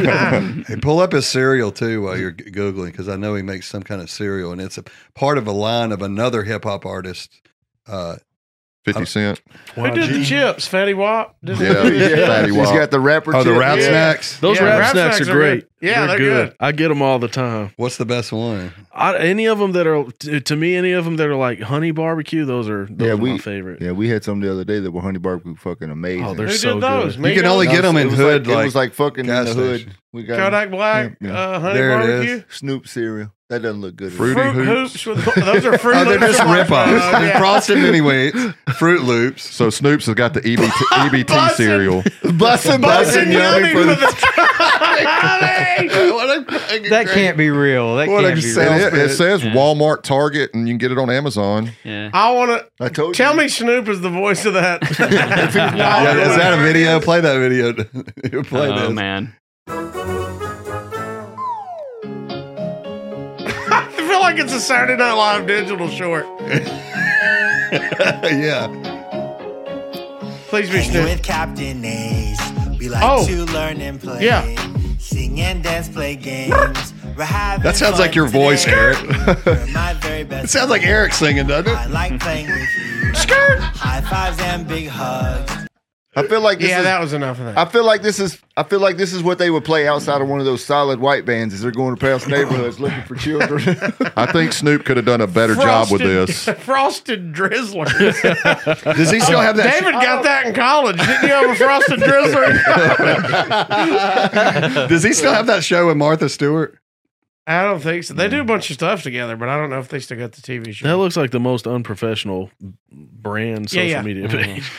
A: hey, pull up his cereal too while you're g- googling because I know he makes some kind of cereal and it's a part of a line of another hip hop artist uh,
I: 50
A: Oh.
I: Cent.
B: Who did the chips? Fatty Wop? Did they
I: Yeah.
B: do the chips?
I: Fatty
H: He's
I: Wop.
H: got the rapper.
A: oh, the
H: chip.
A: wrap
B: Yeah.
A: snacks.
D: Those
B: Yeah,
D: wrap,
B: wrap
D: snacks,
B: snacks
D: are
B: are
D: great.
B: good. Yeah, they're good.
D: I get them all the time.
A: What's the best one?
D: I, any of them that are to, to me, any of them that are like honey barbecue, those are those
H: Yeah,
D: are my
H: we-
D: favorite.
H: Yeah, we had some the other day that were honey barbecue fucking amazing.
D: Oh, they're
B: Who
D: so
B: did those?
D: good.
A: You can
B: Migos?
A: only
H: It
A: get
H: was-
A: them in
H: it was
A: hood.
H: Like,
A: Like,
H: it was like fucking in
A: gas
H: the hood.
A: station.
H: We got
B: Kodak Black,
H: Yeah, yeah.
B: Uh, honey
A: There it
B: barbecue.
A: is.
H: Snoop cereal. That doesn't look good.
I: Fruity
B: Fruit
I: Hoops.
B: hoops. with those are fruit
A: oh, they're
B: loops.
A: just
B: with
A: rip-offs.
B: marshmallows.
A: They
B: Yeah.
A: frosted mini wheats, Fruit Loops.
I: So Snoop's has got the E EBT, EBT
B: Bussin'.
I: cereal.
H: Bussin'
B: Bussin' yummy for the Tommy.
F: That can't be real. That
A: What a
F: can't be
A: sell-
F: real.
I: And it, it
A: Sounds
I: says
G: Yeah.
I: Walmart, Target, and you can get it on Amazon.
G: Yeah.
B: I want
H: I told
B: to tell
H: you.
B: me Snoop is the voice of that.
A: Yeah, is that a video? Play that video. Play
G: oh
A: this.
G: man.
B: I feel like it's a Saturday Night Live digital short.
A: yeah.
B: Please be
E: Hanging
B: Snoop.
E: with Captain Ace. We like
B: Oh.
E: to learn and play.
B: Yeah.
E: Sing and dance, play games. We're having
A: That sounds
E: fun
A: like your voice,
E: today.
A: Eric.
E: You're my very best
A: It sounds like
E: friend.
A: Eric singing, doesn't
E: I
A: it?
E: like playing with you.
B: Skirt.
E: High fives and big hugs.
H: I feel like this
B: Yeah,
H: is
B: that was enough of that.
H: I feel like this is I feel like this is what they would play outside of one of those solid white bands as they're going past neighborhoods looking for children.
I: I think Snoop could have done a better job with this.
B: Frosted Drizzler.
A: Does he still have that?
B: David got that in college. Didn't you have a Frosted Drizzler? in college?
A: Does he still have that show with Martha Stewart?
B: I don't think so. They do a bunch of stuff together, but I don't know if they still got the TV
D: That
B: show.
D: looks like the most unprofessional brand
B: Yeah,
D: social
B: yeah.
D: media page.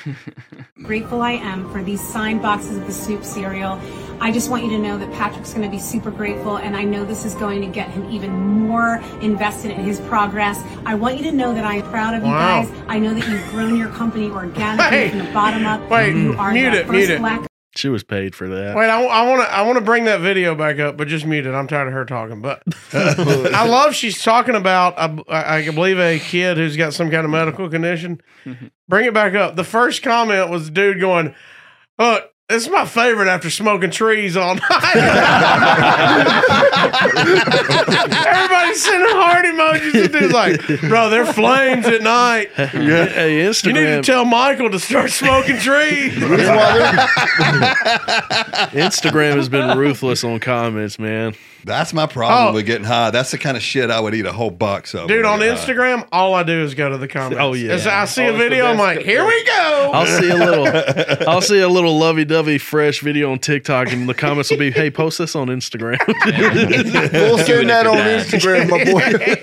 J: grateful I am for these signed boxes of the Snoop cereal. I just want you to know that Patrick's going to be super grateful, and I know this is going to get him even more invested in his progress. I want you to know that I am proud of you
B: Wow.
J: guys. I know that you've grown your company organically
B: Hey.
J: from the bottom up.
B: Wait,
J: you are
B: mute
J: the
B: it,
J: first
B: mute it.
J: black
D: She was paid for that.
B: Wait, I, want to I want to bring that video back up, but just mute it. I'm tired of her talking. But I love she's talking about I, I believe a kid who's got some kind of medical condition. Bring it back up. The first comment was dude going, "Look, this is my favorite after smoking trees all night." Everybody's sending heart emojis. and dude's like, "Bro, they're flames at night.
D: Hey, Instagram.
B: You need to tell Michael to start smoking trees."
D: Instagram has been ruthless on comments, man.
A: That's my problem
B: Oh.
A: with getting high. That's the kind of shit I would eat a whole box of.
B: Dude,
A: when I
B: on
A: get high.
B: Instagram, all I do is go to the comments.
D: Oh, yeah.
B: As I see
G: Oh,
B: a
G: it's the
B: video, I'm
G: best
B: like, here we go.
D: I'll see a little, I'll see a little lovey-dovey fresh video on TikTok, and the comments will be, "Hey, post this on Instagram."
H: We'll send that on
G: Yeah.
H: Instagram, my boy.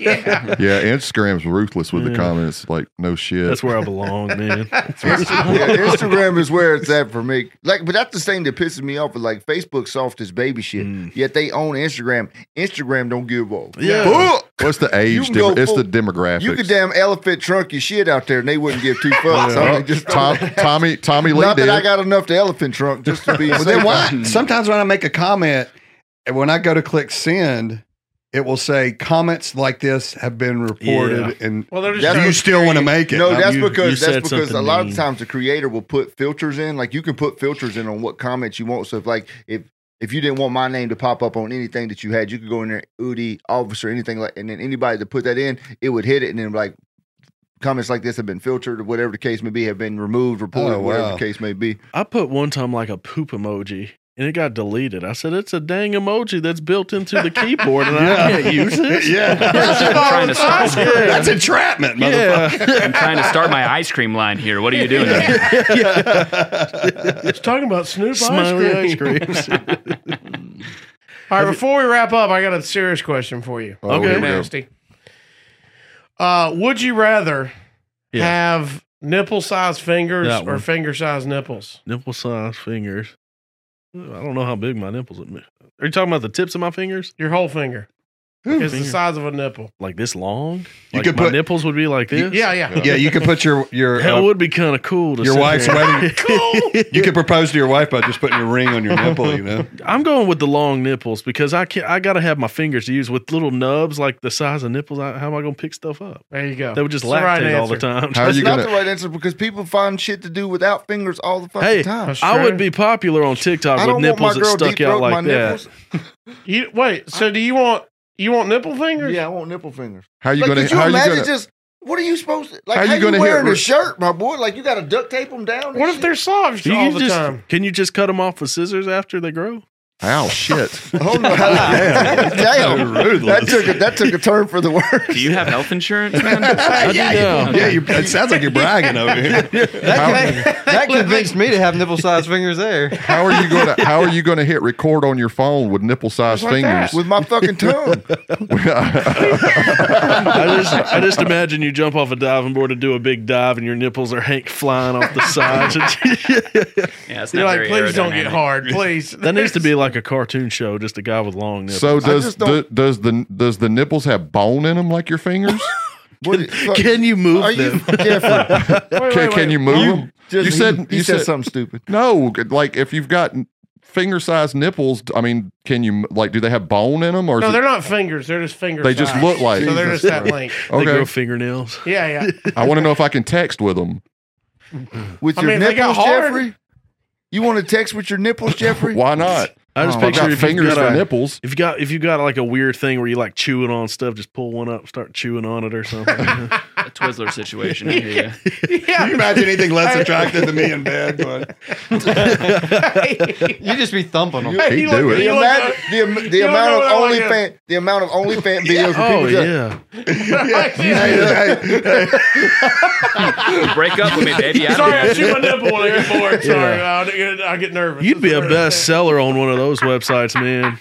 I: Yeah, Instagram's ruthless
H: Mm.
I: with the comments. Like, no shit.
D: That's where I belong, man.
H: Yeah, Instagram is where it's at for me. Like, but that's the thing that pisses me off. Is like Facebook soft as baby shit, yet they own Instagram. Instagram don't give up.
D: Yeah.
I: What's the age?
H: can go
I: Difference? it's
H: full-
I: the demographics.
H: You could damn elephant trunk your shit out there, and they wouldn't give two fucks. I mean, just
I: Tom, Tommy, Tommy Lee
H: not
I: did.
H: that I got enough to elephant trunk just to be.
A: Well, then why? Sometimes when I make a comment, and when I go to click send, it will say comments like this have been reported, and
B: Well, they're just
H: That's
A: do
B: trying
A: you
B: to
A: still want to make it?
H: No,
A: Um,
H: that's
A: you-
D: you
H: because
D: said
H: that's because a
D: something
H: lot
D: mean.
H: of times the creator will put filters in. Like you can put filters in on what comments you want. So if like if if you didn't want my name to pop up on anything that you had, you could go in there, Udi, officer, anything like, and then anybody that put that in, it would hit it, and then like comments like this have been filtered, or whatever the case may be, have been removed, reported,
A: Oh,
H: whatever
A: wow.
H: the case may be.
D: I put one time like a poop emoji and it got deleted. I said, it's a dang emoji that's built into the keyboard and I can't use it.
A: yeah,
G: trying to start,
A: that's entrapment, motherfucker.
G: I'm trying to start my ice cream line here. What are you doing? there?
B: It's talking about Snoop
D: Smiley ice
B: ice cream.
D: creams.
B: All right, before we wrap up, I got a serious question for you.
I: Oh, here we go.
B: Nasty. Uh, would you rather
D: Yeah.
B: have nipple sized fingers
D: That
B: or
D: one.
B: finger sized nipples?
D: Nipple size fingers. I don't know how big my nipples are. Are you talking about the tips of my fingers?
B: Your whole finger is the
D: Finger.
B: size of a nipple.
D: Like this long?
A: You
D: Like
A: could
D: my
A: put-
D: nipples would be like this?
B: Yeah, yeah.
A: Yeah, you could put your your
D: That
A: uh,
D: would be kind of cool to
A: your
D: sit
A: wife's
D: there.
A: wedding.
B: Cool.
A: You could propose to your wife by just putting your ring on your nipple. You know,
D: I'm going with the long nipples because I can't I gotta have my fingers used with little nubs like the size of nipples. I, how am I gonna pick stuff up?
B: There you go.
D: They would just
B: It's the
D: lactate
B: right
D: all the
B: answer.
D: time.
I: How are
H: That's
I: you
H: not
I: gonna?
H: the right answer because people find shit to do without fingers all the fucking
D: Hey,
H: time.
B: That's
D: I
B: true.
D: would be popular on TikTok
H: I
D: with
H: don't want my
D: nipples that
H: girl deep
D: stuck out
H: throat my
D: like that.
H: nipples.
B: You, wait, so do you want you want nipple fingers?
H: Yeah, I want nipple fingers.
I: How you
H: Like,
I: gonna?
H: could you
I: how you
H: imagine
I: gonna?
H: just What are you supposed to like?
I: How
H: How,
I: you
H: you
I: gonna
H: wearing
I: hit-
H: a shirt, my boy? Like you got to duct tape them down. and
B: What if
H: shit?
B: they're slobs
D: You
B: all
D: can
B: the
D: just-
B: time?
D: Can you just cut them off with scissors after they grow?
I: Ow, shit.
H: Oh, no. Damn, that took a, that took a turn for the worse.
G: Do you have health insurance, man?
H: yeah,
D: No.
A: Yeah, you, it sounds like you're bragging over here.
F: That, that convinced me to have nipple-sized fingers there.
I: How are you going to How are you going to hit record on your phone with nipple sized
B: Just like
I: fingers?
H: with my fucking tongue.
D: I just, I just imagine you jump off a diving board to do a big dive, and your nipples are hank flying off the sides.
G: Yeah, it's not
B: You're like,
G: very
B: please don't get
G: aerodynamic.
B: hard, please.
D: that needs to be like a cartoon show, just a guy with long nipples.
I: So does
H: just
I: the, does the does the nipples have bone in them like your fingers?
H: What the fuck-
D: can you move
H: Are
D: them?
H: you careful?
B: Wait,
I: can,
B: wait,
I: can
B: wait.
I: you move them?
H: Just-
I: you said
H: he,
I: you
H: said,
I: said,
H: something stupid.
I: no. Like if you've got finger sized nipples, I mean, can you like do they have bone in them or? is
B: No,
I: it-
B: they're not fingers. They're just fingers.
I: They just look like-
B: So they're
I: Jesus
B: just that
I: Christ.
B: length.
D: They grow
I: okay.
D: fingernails.
B: Yeah, yeah.
I: I want to know if I can text with them.
H: With
B: I
H: your
B: mean, if they got
H: nipples,
B: hard-
H: Jeffrey? You want to text with your nipples, Jeffrey?
I: Why not?
D: I just
H: Oh,
I: I've
D: picture
I: got
D: if you've got
I: fingers for
D: a-
I: nipples.
D: If you got if you got like a weird thing where you like chewing on stuff, just pull one up, start chewing on it or something.
G: A Twizzler situation. I hear ya.
A: Can you imagine anything less attractive than me in bed? Going,
F: You just be thumping them.
I: He'd
B: He looked-
I: do it.
H: The,
B: he looked
H: amount,
B: up-
H: the, am- the
B: You don't know
H: amount of
B: what I like
H: OnlyFan, the amount of OnlyFan videos. where
D: oh
H: people just-
D: yeah,
G: Break up with me, baby. I
B: Sorry,
G: don't
B: I shoot my nipple when I get bored. Sorry, I get- I get nervous.
D: you'd be a
B: That's
D: bestseller on one of those websites, man.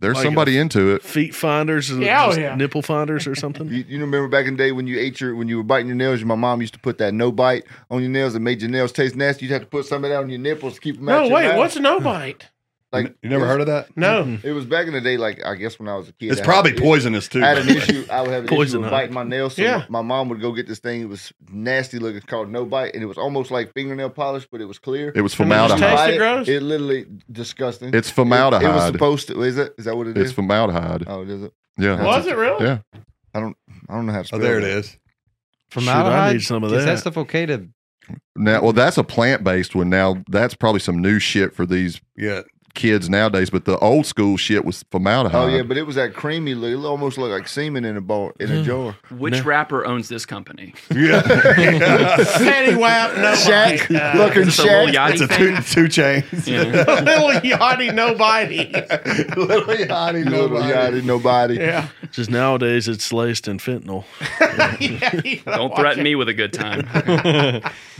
I: There's
D: Like
I: somebody into it.
D: Feet finders, or
B: Yeah, oh,
D: just
B: yeah.
D: nipple finders or something.
H: You, you remember back in the day when you ate your when you were biting your nails, my mom used to put that no bite on your nails and made your nails taste nasty. You'd have to put some of that on your nipples to keep them. out
B: No,
H: your
B: wait.
H: mouth.
B: What's a no bite?
H: like?
A: you never heard of that?
B: No.
H: It was back in the day, like I guess when I was a kid.
A: It's
H: I had-
A: probably
H: it-
A: poisonous too.
H: I had an issue. I would have an
D: Poison,
H: issue with
D: huh?
H: biting my nails. So
B: Yeah.
H: my mom would go get this thing. It was nasty looking, it's called no bite, and it was almost like fingernail polish, but it was clear.
I: It was
B: mean, just
I: formaldehyde.
B: Tasted
H: Bite it,
B: gross?
H: It literally disgusting.
I: It's
H: It, it was
I: formaldehyde.
H: supposed to. Is it? Is that what it
I: It's
H: is?
I: formaldehyde.
H: oh, it is it?
I: Yeah.
B: Was it really?
I: Yeah.
H: I don't. I don't know how to.
A: Oh,
H: Spell
A: there it is.
D: Shoot, I
F: Formaldehyde?
D: need some of
F: Is that
D: that.
F: stuff okay to?
I: Now, well, that's a plant based one. Now, that's probably some new shit for these
A: Yeah.
I: kids nowadays. But the old school shit was formaldehyde.
H: Oh yeah, but it was that creamy. look. It almost looked like semen in a bowl in a jar.
G: know. Which rapper owns this company?
B: Fanny Wap, no
H: Shaq,
B: bite. Uh,
H: looking
G: Is this a Lil
H: Shaq.
G: Yachty
A: It's a
G: thing?
A: two, two chains.
G: Yeah.
B: little yachty, no bitey.
A: Little yachty,
H: Little Yachty, nobody.
B: Yeah.
D: Just nowadays, it's laced in fentanyl.
G: Don't threaten me with a good time.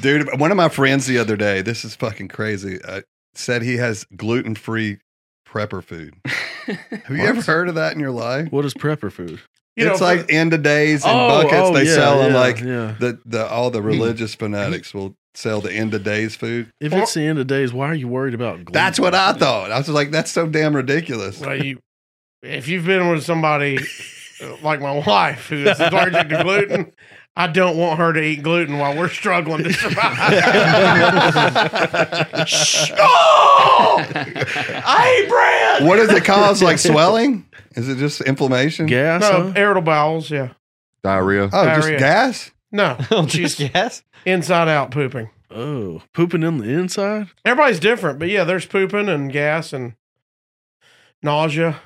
A: Dude, one of my friends the other day, this is fucking crazy, uh, said he has gluten free prepper food. Have you ever heard of that in your life?
D: What is prepper food?
B: You
A: it's
B: know,
A: like end of days and
D: Oh,
A: buckets.
D: oh,
A: they
D: yeah,
A: sell them
D: yeah,
A: like
D: yeah.
A: the, the all the religious fanatics will sell the end of days food.
D: If it's the end of days, why are you worried about? Gluten?
A: That's what I thought. I was like, that's so damn ridiculous.
B: Well, you, if you've been with somebody uh, like my wife who is allergic to gluten, I don't want her to eat gluten while we're struggling to survive. Shh. Oh! I hate bread.
A: What does it cause? Like swelling? Is it just inflammation?
D: gas.
B: No,
D: huh?
B: irritable bowels. Yeah.
I: Diarrhea.
A: Oh, just
B: Diarrhea.
A: gas?
B: No,
F: Oh, Just guess.
B: inside out pooping.
D: Oh, pooping in the inside.
B: Everybody's different, but yeah, there's pooping and gas and nausea.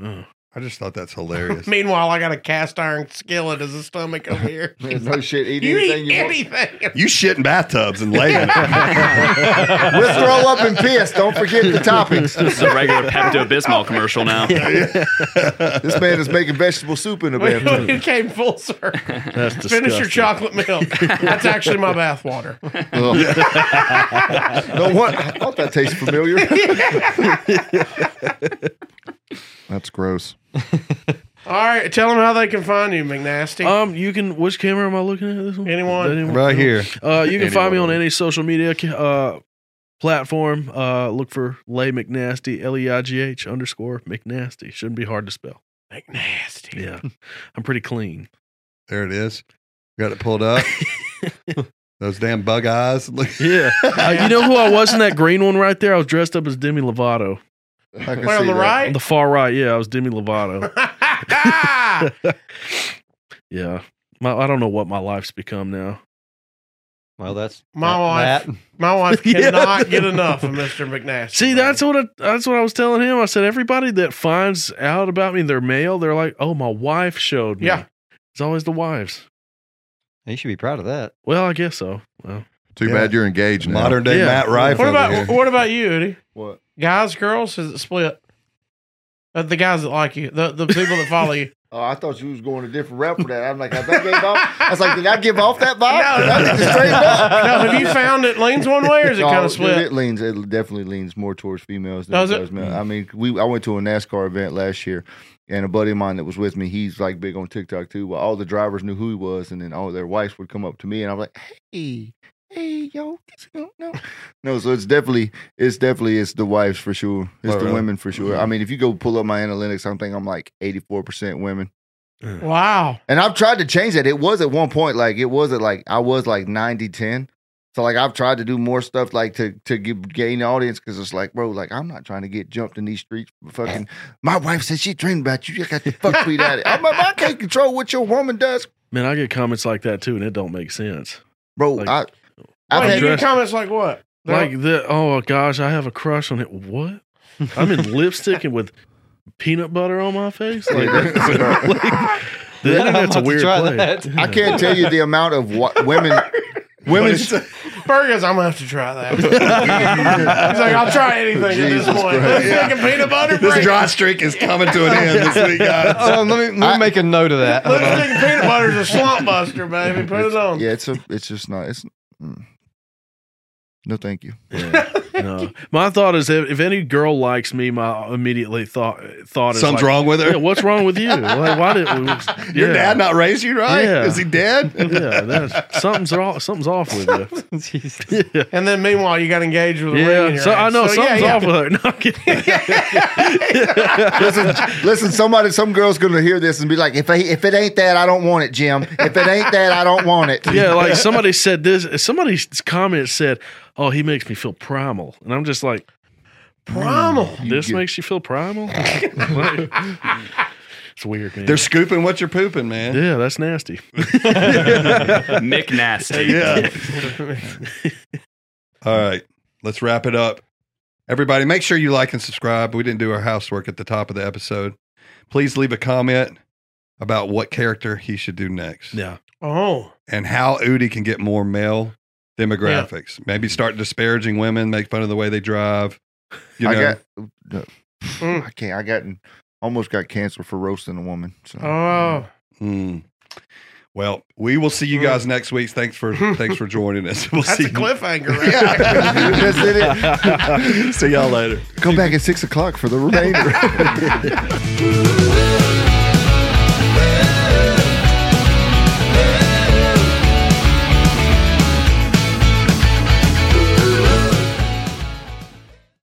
D: Oh.
A: I just thought that's hilarious.
B: Meanwhile, I got a cast iron skillet as a stomach over here.
H: There's no shit. Eat
B: You
H: anything
B: eat
H: you want.
B: anything.
A: you shit in bathtubs and lay in it.
H: We'll throw up and piss. Don't forget the toppings.
G: This is a regular Pepto Bismol commercial now.
H: This man is making vegetable soup in the
B: We,
H: bathroom.
B: we came full circle.
D: That's disgusting.
B: Finish your chocolate milk. That's actually my bath water.
H: Don't want. I thought that tasted familiar.
I: That's gross.
B: All right, tell them how they can find you, McNasty.
D: Um, you can. Which camera am I looking at? This one.
B: Anyone.
A: right here.
D: Uh, you can find me on
I: Anyone.
D: any social media uh platform. Uh, look for Lay McNasty. L e i g h underscore McNasty. Shouldn't be hard to spell.
B: McNasty.
D: Yeah, I'm pretty clean.
A: There it is. Got it pulled up. Those damn bug eyes. Look.
D: Yeah. Uh, you know who I was in that green one right there? I was dressed up as Demi Lovato.
H: I can
B: Wait, on
H: see
B: the
H: that.
D: On
B: right?
D: the far right, yeah, I was Demi Lovato. yeah. My, I don't know what my life's become now.
F: Well, that's
B: My wife.
F: That.
B: my wife
D: Yeah.
B: cannot get enough of Mr. McNasty.
D: See, that's what I, that's what I was telling him. I said everybody that finds out about me, their mail, they're like, "Oh, my wife showed me."
B: Yeah.
D: it's always the wives.
F: You should be proud of that.
D: Well, I guess so. Well,
I: Too bad you're engaged now.
A: Modern day
D: Yeah.
A: Matt Rife.
B: What
A: over
B: about
A: here.
B: what about you, Udi?
H: What?
B: Guys, girls, is it split? Uh, the guys that like you, the the people that follow you.
H: Oh, I thought you was going a different route for that. I'm like, I think I gave off. I was like, did I give off that vibe? Did I just straighten up?
B: Now, have you found it leans one way, or is it
H: No,
B: kind of
H: dude,
B: split?
H: It leans. It definitely leans more towards females than
B: Does
H: it
B: it?
H: does males. I mean, we. I went to a NASCAR event last year, and a buddy of mine that was with me, he's like big on TikTok too. Well, all the drivers knew who he was, and then all their wives would come up to me, and I'm like, hey, hey, yo, no, no, no. So it's definitely, it's definitely, it's the wives for sure. It's
I: Oh,
H: the
I: really?
H: women for sure.
B: Mm-hmm.
H: I mean, if you go pull up my analytics, I'm thinking I'm like 84 percent women.
B: Wow.
H: And I've tried to change that. It was at one point like it was at like I was like 90 10. So like I've tried to do more stuff like to to give, gain audience because it's like bro like I'm not trying to get jumped in these streets. Fucking my wife said she dreamed about you. You got the fuck beat at it. I'm like, I can't control what your woman does,
D: man, I get comments like that too, and it don't make sense.
H: bro.
D: Like-
H: I I've
B: Wait,
H: had
B: you get comments like what? They're
D: Like the oh gosh, I have a crush on it. What? I'm in lipstick and with peanut butter on my face. Like, that- like, the
F: Yeah, I'm
D: internet's a
F: about to
D: weird
F: try
D: place.
F: that.
H: I can't tell you the amount of wa- women women
B: like, burgers. I'm gonna have to try that. He's like, I'll try anything
H: Jesus
B: at this point.
H: Christ.
B: Let's make a peanut butter
A: This
B: break.
A: dry streak is coming to an end this week, guys.
F: Hold on, Um, let me, let me make a note of that. Hold
B: Let's
F: on.
B: think peanut butter's a slump buster, baby. Put it on.
H: yeah, it's a it's just not it's mm. no thank you.
D: No, my thought is if, if any girl likes me, my immediately thought thought is
A: Something's
D: like,
A: wrong with her.
D: Yeah, what's wrong with you? Like, why did yeah.
A: Your dad not raised you right?
D: Yeah.
A: Is he dead?
D: Yeah, that's, something's off. Something's off with you.
F: Jesus.
D: Yeah,
B: And then meanwhile, you got engaged with a ring. in
D: yeah.
B: your
D: So I
B: hand.
D: know
B: So,
D: something's
B: yeah,
D: off with her. No, I'm kidding.
H: Listen, listen, somebody, some girl's gonna hear this and be like, if I, if it ain't that, I don't want it, Jim. If it ain't that, I don't want it.
D: Yeah, like somebody said this. Somebody's comment said, "Oh, he makes me feel primal," and I'm just like, Hmm,
B: Primal.
D: "This
H: get-
D: makes you feel primal." Like, it's weird, man.
A: They're scooping what you're pooping, man.
D: yeah, that's nasty.
G: Mick Nasty.
A: Yeah. All right. Let's wrap it up. Everybody, make sure you like and subscribe. We didn't do our housework at the top of the episode. Please leave a comment about what character he should do next
D: Yeah,
B: Oh,
A: and how Udi can get more male demographics. Maybe start disparaging women, make fun of the way they drive. You
H: I
A: know,
H: got, no. I can't. I got almost got canceled for roasting a woman. So.
B: oh.
A: Hmm. well, we will see you guys next week. Thanks for thanks for joining us. We'll
B: That's
A: see
B: a
A: you-
B: cliffhanger, right?
H: That's it.
A: see y'all later.
H: Come back at six o'clock for the remainder.
E: Ooh.